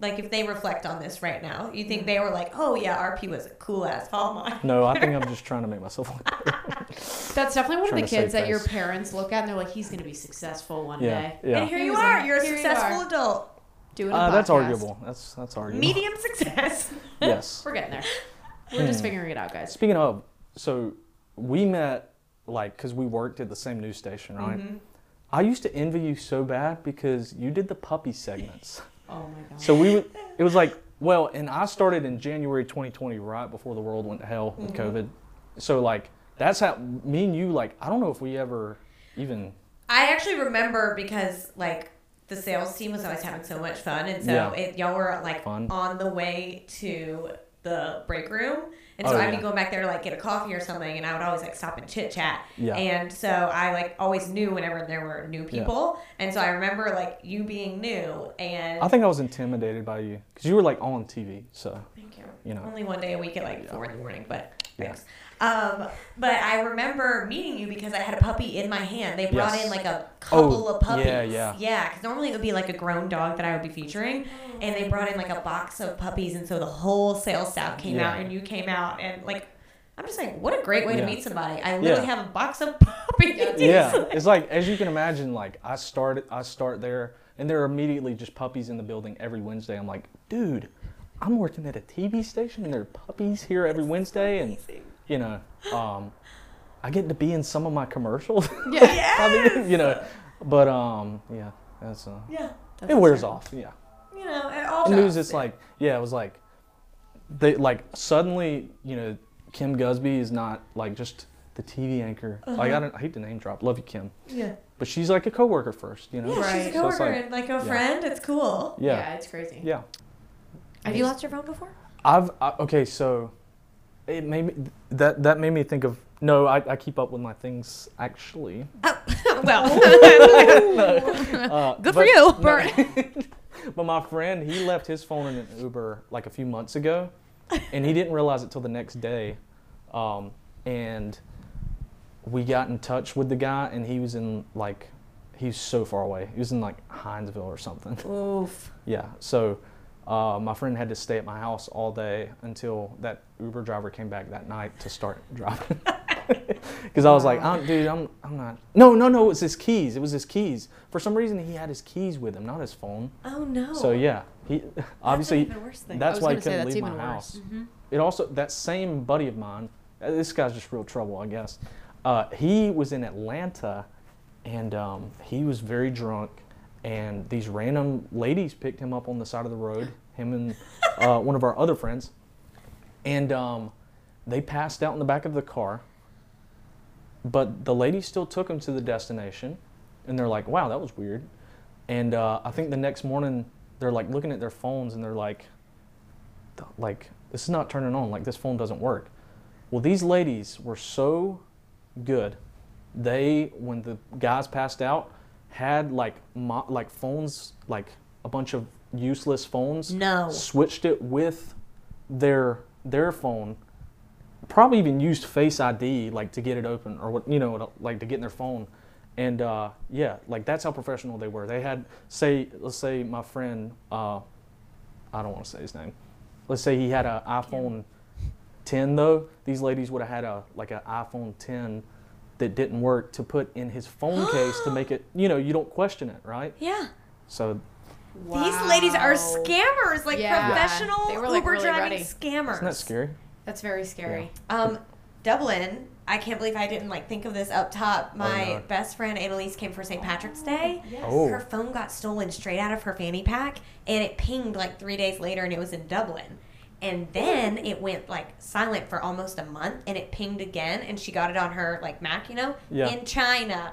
like if they reflect on this right now, you think they were like, oh yeah, RP was a cool ass hall monitor. No, I think I'm just trying to make myself look better. That's definitely one of Trying the to save kids that your face. parents look at and they're like, he's going to be successful one Yeah. day. Yeah. And here He you was are. a- You're a here you successful are. adult. Doing a Uh, that's podcast. arguable. That's that's arguable. Medium success. Yes. We're getting there. We're Hmm. just figuring it out, guys. Speaking of, so we met like because we worked at the same news station, right? Mm-hmm. I used to envy you so bad because you did the puppy segments. Oh my god. So we would, it was like, well, and I started in January 2020, right before the world went to hell with Mm-hmm. COVID. So like, that's how me and you like. I don't know if we ever even. I actually remember because like the sales team was always having so much fun, and so Yeah. it, y'all were like Fun. on the way to the break room, and so Oh, I'd be yeah. going back there to like get a coffee or something, and I would always like stop and chit chat. Yeah. And so I like always knew whenever there were new people, and so I remember like you being new and I think I was intimidated by you because you were like on TV. So Thank you. You know. Only one day a week at like four in the morning, but Yeah. thanks. Um, but I remember meeting you because I had a puppy in my hand. They brought Yes. in like a couple Oh, of puppies. yeah, yeah. because normally it would be like a grown dog that I would be featuring, and they brought in like a box of puppies, and so the whole sales staff came Yeah. out, and you came out, and like. I'm just like, what a great way Yeah. to meet somebody. I literally Yeah. have a box of puppies. yeah, it's like as you can imagine. Like I started, I start there, and there are immediately just puppies in the building every Wednesday. I'm like, dude, I'm working at a TV station, and there are puppies here every Wednesday, and you know, um, I get to be in some of my commercials. Yeah. I mean, you know, but um, yeah, that's uh, Yeah. it wears off. Yeah, You know, at Oh, all the news jobs. it's like yeah, it was like they like suddenly you know Kim Gusby is not like just the TV anchor. Like I, don't, I hate to name drop. Love you, Kim, Yeah. but she's like a coworker first. You know, Yeah, she's a So coworker, it's like- and, like, a friend. It's cool. Yeah. yeah, it's crazy. yeah. Have you lost your phone before? I've I, okay, so it made me that that made me think of no, I, I keep up with my things actually. well, Uh, Oh, good for but- you. But my friend, he left his phone in an Uber like a few months ago, and he didn't realize it till the next day. Um, and we got in touch with the guy, and he was in like he's so far away. He was in like Hinesville or something. Oof. Yeah. So uh, my friend had to stay at my house all day until that Uber driver came back that night to start driving. Because I was like, I'm, dude, I'm, I'm not. No, no, no. It was his keys. It was his keys. For some reason, he had his keys with him, not his phone. Oh no. So yeah, he obviously even worse thing. that's was why he gonna say, couldn't that's leave my even house. worse. It also that same buddy of mine. uh, This guy's just real trouble, I guess. Uh, he was in Atlanta, and um, he was very drunk. And these random ladies picked him up on the side of the road. Him and uh, one of our other friends, and um, they passed out in the back of the car. But the lady still took him to the destination, and they're like, "Wow, that was weird." And uh, I think the next morning they're like looking at their phones and they're like, "Th- "Like this is not turning on. Like this phone doesn't work." Well, these ladies were so good. They, when the guys passed out, had like mo- like phones, like a bunch of useless phones. No. Switched it with their their phone. Probably even used Face ID like to get it open or what you know to- like to get in their phone. And uh, yeah, like that's how professional they were. They had say let's say my friend, uh, I don't want to say his name. Let's say he had an iPhone 10 though. These ladies would have had a like an iPhone 10 that didn't work to put in his phone case to make it. You know, you don't question it, right? yeah. So Wow. These ladies are scammers, like Yeah. professional They were, like, Uber really driving ready. scammers. isn't that scary? That's very scary. Um, Dublin. I can't believe I didn't like think of this up top. My no. best friend Annalise came for St. Patrick's Day. Oh. Her phone got stolen straight out of her fanny pack, and it pinged like three days later, and it was in Dublin. And then it went like silent for almost a month, and it pinged again, and she got it on her like Mac, you know, Yeah. in China.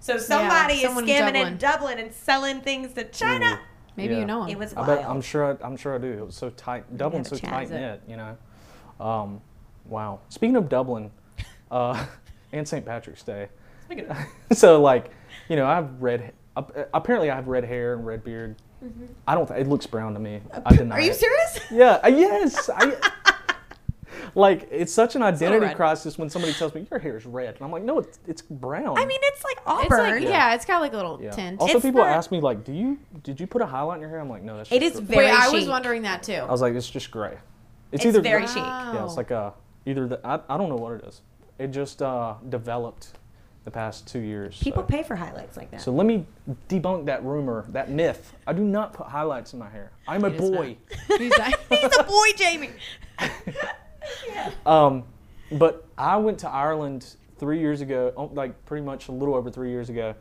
So somebody is someone in scamming in Dublin. Dublin. and selling things to China. Oh. Maybe Yeah. you know him. It was wild. I bet I'm sure I, am sure I do. It was so tight. Dublin's so have a chat. tight knit, you know. Um, wow. Speaking of Dublin, uh, and St. Patrick's Day. Speaking of- so like, you know, I have red. ap- Apparently, I have red hair and red beard. I don't. Th- it looks brown to me. I deny. Mm-hmm. Are you it. serious? Yeah. uh, Yes. I, like it's such an a little identity red. crisis when somebody tells me your hair is red, and I'm like, no, it's, it's brown. I mean, it's like It's Auburn. like, yeah, it's got like a little Yeah. tint. Also, It's people not- ask me like, do you did you put a highlight in your hair? I'm like, no, that's. It just is gr-" very Wait, I was chic. wondering that too. I was like, it's just gray. It's either very gray- chic. Yeah, it's like a either the I, I don't know what it is. It just uh, developed the past two years. People so. pay for highlights like that. So let me debunk that rumor, that myth. I do not put highlights in my hair. I'm a It is boy. He's like- He's a boy, Jamie. Um, but I went to Ireland three years ago, oh, like pretty much a little over three years ago,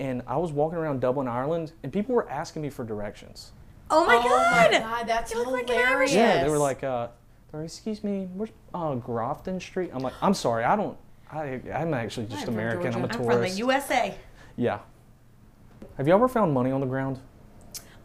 and I was walking around Dublin, Ireland, and people were asking me for directions. Oh my god. God, that's You look like an hilarious. Irishman. Yeah, they were like, uh, "Sorry, excuse me, where's uh, Grafton Street? I'm like, I'm sorry, I don't, I, I'm actually just I'm from American. I'm a Georgia. I'm from the tourist. USA. yeah. Have you ever found money on the ground?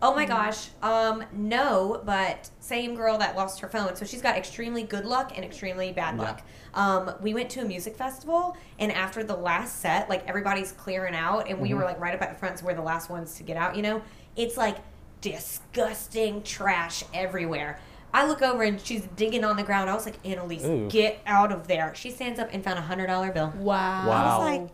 Oh my gosh. Um, no, but same girl that lost her phone. So she's got extremely good luck and extremely bad Yeah. luck. Um, we went to a music festival, and after the last set, like everybody's clearing out, and we were like right up at the front, so we're the last ones to get out. You know, it's like disgusting trash everywhere. I look over and she's digging on the ground. I was like, Annalise, Ooh. get out of there. She stands up and found a hundred dollar bill. wow. I Wow. was like,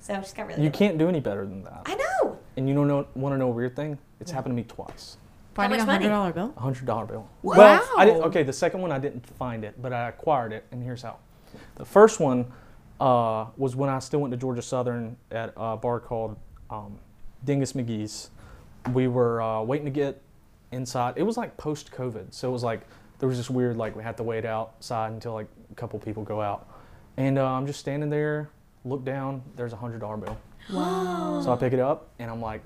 so she's got really. You good luck. can't do any better than that. I know. and you don't know, want to know a weird thing? It's happened to me twice. Finding much a money? hundred dollar bill. A hundred dollar bill. Wow. Well, I didn't, okay, the second one I didn't find it, but I acquired it, and here's how. The first one uh, was when I still went to Georgia Southern at a bar called um, Dingus McGee's. We were uh, waiting to get inside. It was like post COVID, so it was like there was this weird like we had to wait outside until like a couple people go out, And uh, I'm just standing there, look down, there's a $100 bill. Wow. So I pick it up and I'm like,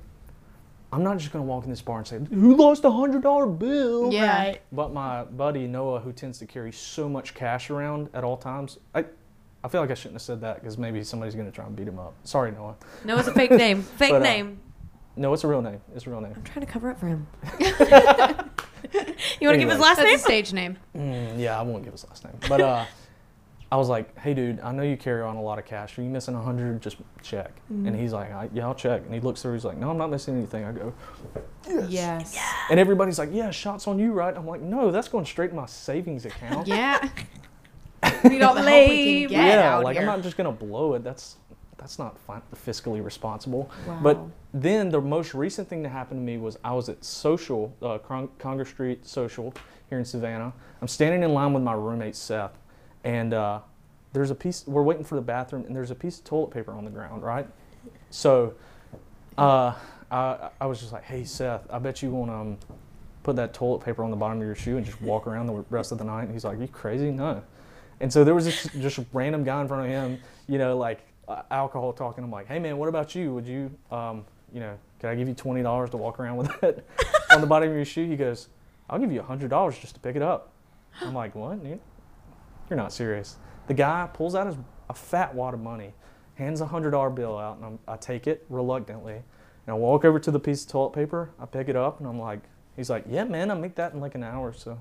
I'm not just gonna walk in this bar and say, Who lost a hundred dollar bill? Yeah. Oh Right. But my buddy Noah, who tends to carry so much cash around at all times, I, I feel like I shouldn't have said that because maybe somebody's gonna try and beat him up. Sorry, Noah. No, it's a fake name. Fake But, uh, name. No, it's a real name. It's a real name. I'm trying to cover up for him. you want to give Anyway. his last That's name? a stage name. Mm, yeah, I won't give his last name. But uh, I was like, Hey, dude, I know you carry on a lot of cash. Are you missing a hundred? Just check. And he's like, I, Yeah, I'll check. And he looks through. He's like, No, I'm not missing anything. I go, Yes. and everybody's like, Yeah, shots on you, right? I'm like, No, that's going straight to my savings account. Yeah. we need all the help we can Lame. get yeah, out like here. I'm not just gonna blow it. That's that's not fin- fiscally responsible. Wow. But then the most recent thing that happened to me was I was at Social uh, Con- Congress Street Social here in Savannah. I'm standing in line with my roommate Seth, and uh, there's a piece. We're waiting for the bathroom, and there's a piece of toilet paper on the ground, right? So, uh, I, I was just like, "Hey Seth, I bet you want to um, put that toilet paper on the bottom of your shoe and just walk around the rest of the night." And he's like, "You crazy? No." And so there was this just random guy in front of him, you know, like uh, alcohol talking. I'm like, "Hey man, what about you? Would you, um, you know, could I give you twenty dollars to walk around with it on the bottom of your shoe?" He goes, "I'll give you hundred dollars just to pick it up." I'm like, "What? dude? You're not serious." The guy pulls out his a fat wad of money, hands a hundred dollar bill out, and I'm, I take it reluctantly, and I walk over to the piece of toilet paper. I pick it up, and I'm like, "He's like, yeah, man, I make that in like an hour or so."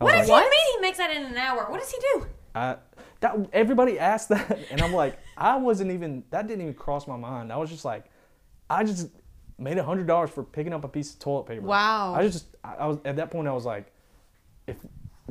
I was What like, does he mean he makes that in an hour? What does he do? I, that everybody asked that, and I'm like, I wasn't even that didn't even cross my mind. I was just like, I just made a hundred dollars for picking up a piece of toilet paper. Wow. I just I, I was at that point. I was like, if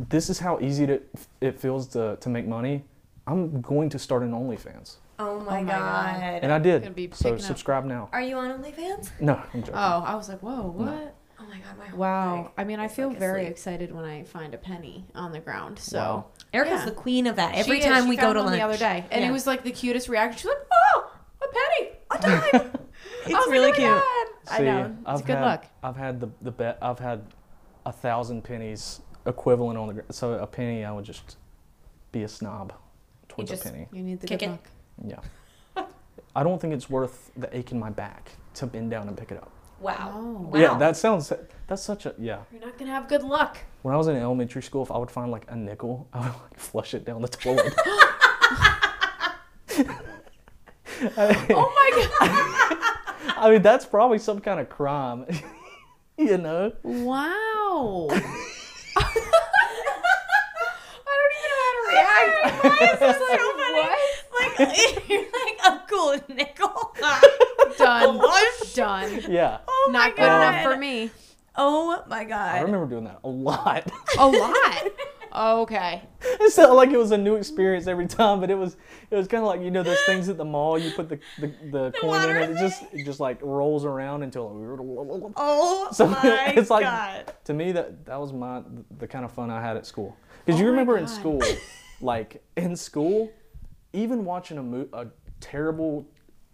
this is how easy to, it feels to to make money, I'm going to start an OnlyFans, Oh my, my god. God. and I did. Gonna be so picking up- subscribe now. Are you on OnlyFans? No, I'm joking. oh, I was like, whoa, what? Oh my god, my whole Wow. body. I mean, I It's feel like very asleep. excited when I find a penny on the ground. So. Wow. Erica's Yeah. the queen of that. She Every is. time She we go found to one lunch. the other day, and Yeah. it was like the cutest reaction. She's like, "Oh, a penny, a dime." It's I was really like, cute. oh my God. I know. It's I've good had, luck. I've had the the bet. I've had a thousand pennies equivalent on the gr- so a penny. I would just be a snob towards just- a penny. You need the Kick good it. luck. Yeah. I don't think it's worth the ache in my back to bend down and pick it up. wow. Oh. Wow. Yeah, that sounds. That's such a yeah. You're not gonna have good luck. When I was in elementary school, if I would find like a nickel, I would like flush it down the toilet. Oh my god. I mean, that's probably some kind of crime, you know. Wow. I don't even know how to react. Why is this like, Like, you're like a cool nickel. What? Done. Done. Yeah, oh my Not good god. enough for me. Oh my I god. remember doing that a lot. A lot. Okay. It's not like it was a new experience every time, but it was it was kind of like you know those things at the mall. You put the the, the, coin in water and it just it just like rolls around until. Oh So my it's like god. to me that that was my the kind of fun I had at school. Because you remember in God. school, like in school, even watching a mo- a terrible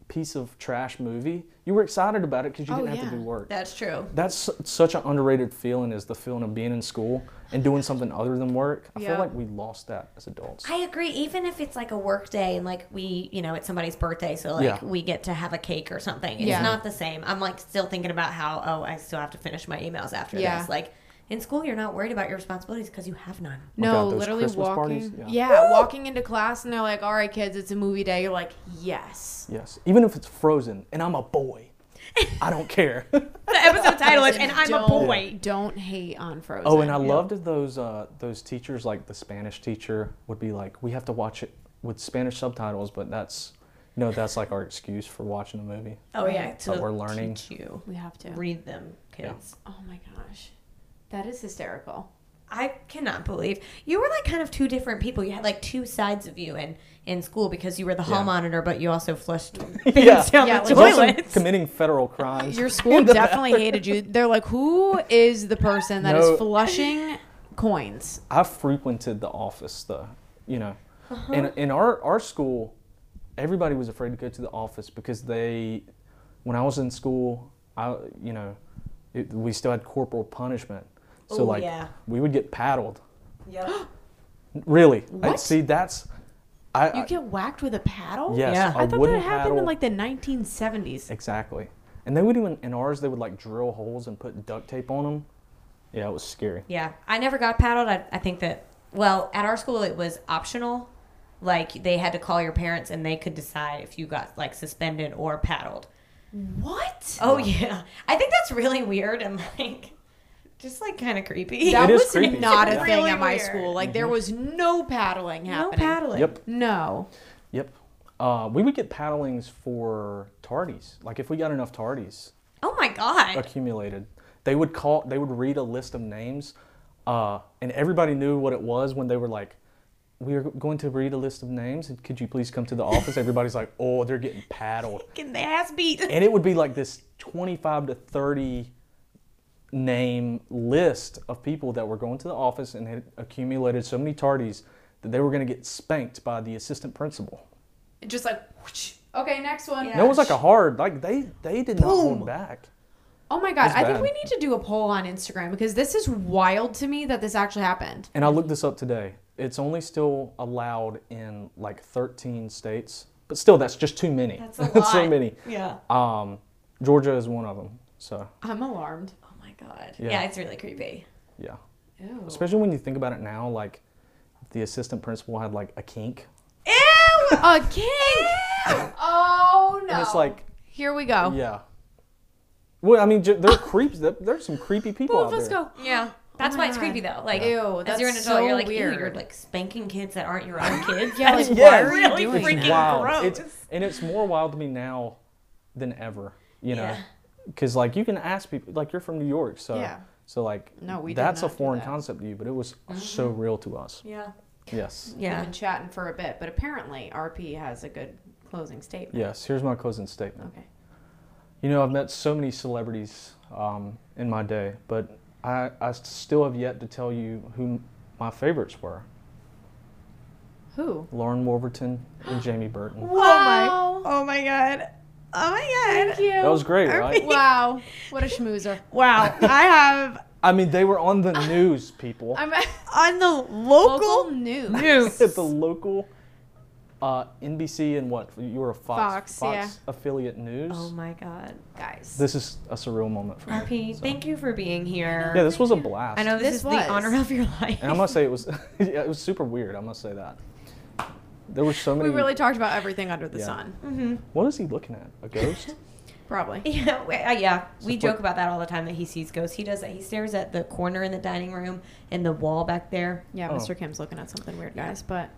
piece of trash movie, you were excited about it because you Oh, didn't have to yeah. do work. That's true. That's s- such an underrated feeling is the feeling of being in school and doing something other than work. I Yeah. feel like we lost that as adults. I agree. Even if it's like a work day and like we, you know, it's somebody's birthday, so like Yeah. we get to have a cake or something. It's Yeah. not the same. I'm like still thinking about how oh I still have to finish my emails after Yeah. this. Like in school, you're not worried about your responsibilities because you have none. No, God, those literally Christmas walking. parties? Yeah, Yeah. walking into class and they're like, "All right, kids, it's a movie day." You're like, "Yes." Yes, even if it's frozen and I'm a boy, I don't care. The episode title is Listen, "And I'm a don't- Boy." Don't hate on Frozen. oh, and I loved those uh, those teachers, like the Spanish teacher, would be like, "We have to watch it with Spanish subtitles," but that's you know that's like our excuse for watching a movie. Oh yeah, to But we're learning. teach you We have to. read them, kids. Oh my gosh, that is hysterical. I cannot believe you were like kind of two different people. You had like two sides of you in in school because you were the hall Yeah. monitor, but you also flushed things Yeah. down Yeah, the like- It's also toilet. committing federal crimes. Your school definitely hated you. They're like, "Who is the person that is No. flushing coins?" I frequented the office though, you know. Uh-huh. And in our, our school, everybody was afraid to go to the office because they, when I was in school, I you know, it, we still had corporal punishment. So Oh, like, yeah. we would get paddled. Yep. Really? I- What? see, that's I, You I- get whacked with a paddle? yes, Yeah. a I thought wooden that happened in paddle. like the 1970s. Exactly. And they would even in ours they would like drill holes and put duct tape on them. Yeah, it was scary. Yeah, I never got paddled. I, I think that, well, at our school it was optional. Like they had to call your parents and they could decide if you got like suspended or paddled. What? Oh yeah, I think that's really weird and like just like kind of creepy. That It is was creepy. Mm-hmm. not a It's thing really at my weird. school. Like there was no paddling no happening. paddling. Yep, No. yep. Uh, we would get paddlings for tardies. Like if we got enough tardies Oh my god. accumulated, they would call. They would read a list of names, uh, and everybody knew what it was when they were like, "We are going to read a list of names. And could you please come to the office?" Everybody's like, "Oh, they're getting paddled." Getting the ass beat. and it would be like this 25 to 30 name list of people that were going to the office and had accumulated so many tardies that they were going to get spanked by the assistant principal. It Just like whoosh. Okay, next one. And it was like a hard, like they they did not hold back. Oh my god, It's I think bad. we need to do a poll on Instagram because this is wild to me that this actually happened. And I looked this up today. It's only still allowed in like 13 states, but still that's just too many. That's a so lot. many. Yeah. Um, Georgia is one of them. So I'm alarmed. Oh my god. Yeah. Yeah. it's really creepy. yeah, Ew. especially when you think about it now, like if the assistant principal had like a kink. Ew. A king. Oh no. And it's like here we go. Yeah. Well, I mean, ju- they're creeps. There- There's some creepy people Both out of us there. go. Yeah. That's Oh my why it's God. creepy though. Like Ew, as that's you're an adult, so you're like, ew, weird. you're like spanking kids that aren't your own kids. Yeah, It's- like, yeah, why it's are you really doing freaking that? gross. It's, and it's more wild to me now than ever. You know, Yeah. because like you can ask people, like you're from New York, so Yeah. so like No, we did that's not a do foreign that. Mm-hmm. concept to you, but it was so real to us. Yeah. Yes. We've Yeah. been chatting for a bit, but apparently RP has a good closing statement. Yes. Here's my closing statement. Okay. You know, I've met so many celebrities um, in my day, but I, I still have yet to tell you who my favorites were: Who? Lauren Wolverton and Jamie Burton. Wow. Oh my. Oh my god. Oh my god. Thank you. That was great, right? Wow. What a schmoozer. Wow. I have I mean, they were on the news, people. I'm on the local news. At the local uh, NBC and what? You were a Fox, Fox, yeah. affiliate news. Oh my god. Guys. This is a surreal moment for me. RP, thank you for being here. Yeah, this was a blast. I know this, This is was. the honor of your life. And I must say, it was yeah, it was super weird. I must say that. There were so we many. really talked about everything under the Yeah. sun. what is he looking at? A ghost? Probably. Yeah, we, uh, yeah. We Support- joke about that all the time that he sees ghosts. He does that. He stares at the corner in the dining room and the wall back there. Yeah, Oh. Mr. Kim's looking at something weird, guys, but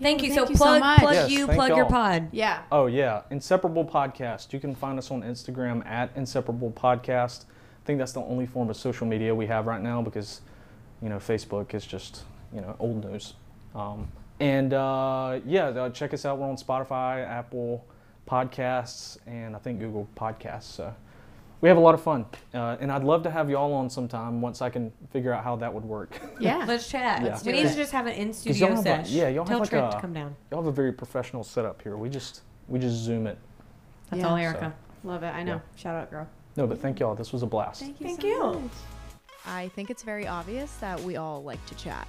Thank you. thank so you so plug, much. plug Yes, you, thank plug your y'all. pod. yeah. Oh yeah, Inseparable Podcast. You can find us on Instagram at Inseparable Podcast. I think that's the only form of social media we have right now because, you know, Facebook is just you know old news. Um, and uh, yeah, uh, check us out. We're on Spotify, Apple Podcasts, and I think Google Podcasts. So we have a lot of fun, uh, and I'd love to have y'all on sometime once I can figure out how that would work. Yeah. Let's chat. Yeah. Let's we do need it. to just have an in 'Cause y'all studio have a- sesh. yeah, y'all Tell have like Trent a to come down. y'all have a very professional setup here. We just we just zoom it. That's Yeah. all, Erica. Love it. I know. Yeah. Shout out, girl. No, but thank y'all. This was a blast. Thank you. Thank so you. much. I think it's very obvious that we all like to chat.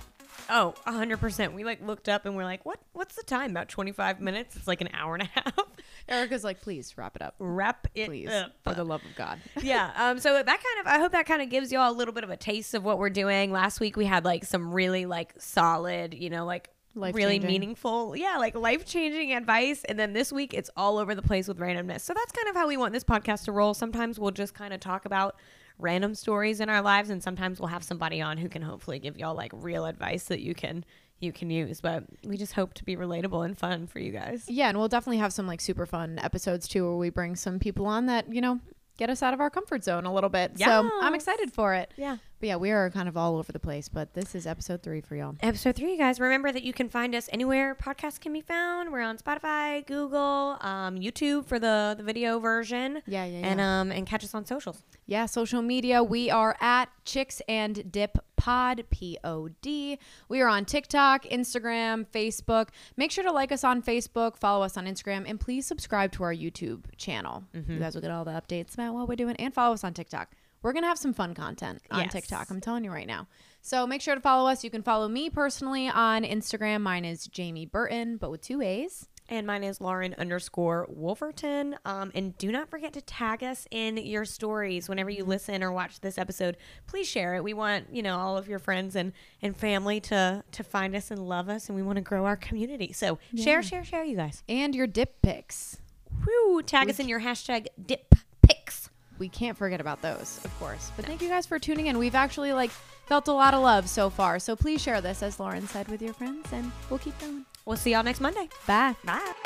Oh, 100%. We like looked up and we're like, what? What's the time? About 25 minutes? It's like an hour and a half. Erica's like, please wrap it up. Wrap it Please. up. For the love of God. yeah. Um, so that kind of, I hope that kind of gives y'all a little bit of a taste of what we're doing. Last week we had like some really like solid, you know, like really Life-changing. meaningful, yeah, like life changing advice. And then this week it's all over the place with randomness. So that's kind of how we want this podcast to roll. Sometimes we'll just kind of talk about random stories in our lives, and sometimes we'll have somebody on who can hopefully give y'all like real advice that you can you can use. But we just hope to be relatable and fun for you guys. Yeah, and we'll definitely have some like super fun episodes too where we bring some people on that, you know, get us out of our comfort zone a little bit. So I'm Yes. excited for it. Yeah. But yeah, we are kind of all over the place, but this is episode three for y'all. episode three, you guys. Remember that you can find us anywhere podcasts can be found. We're on Spotify, Google, um, YouTube for the, the video version. Yeah, yeah, And yeah. um and catch us on socials. Yeah, social media. We are at Chicks and Dip Pod, P O D. We are on TikTok, Instagram, Facebook. Make sure to like us on Facebook, follow us on Instagram, and please subscribe to our YouTube channel. You guys will get all the updates about what we're doing and follow us on TikTok. We're going to have some fun content on Yes. TikTok. I'm telling you right now. So make sure to follow us. You can follow me personally on Instagram. Mine is Jamie Burton, but with two A's. And mine is Lauren underscore Wolverton. Um, and do not forget to tag us in your stories whenever you listen or watch this episode. Please share it. We want you know all of your friends and and family to to find us and love us, and we want to grow our community. So share, share, share, you guys. And your dip pics. Woo! Tag us in your hashtag dip pics. we can't forget about those, of course. But thank you guys for tuning in. We've actually like felt a lot of love so far. So please share this, as Lauren said, with your friends, and we'll keep going. We'll see y'all next Monday. Bye. Bye.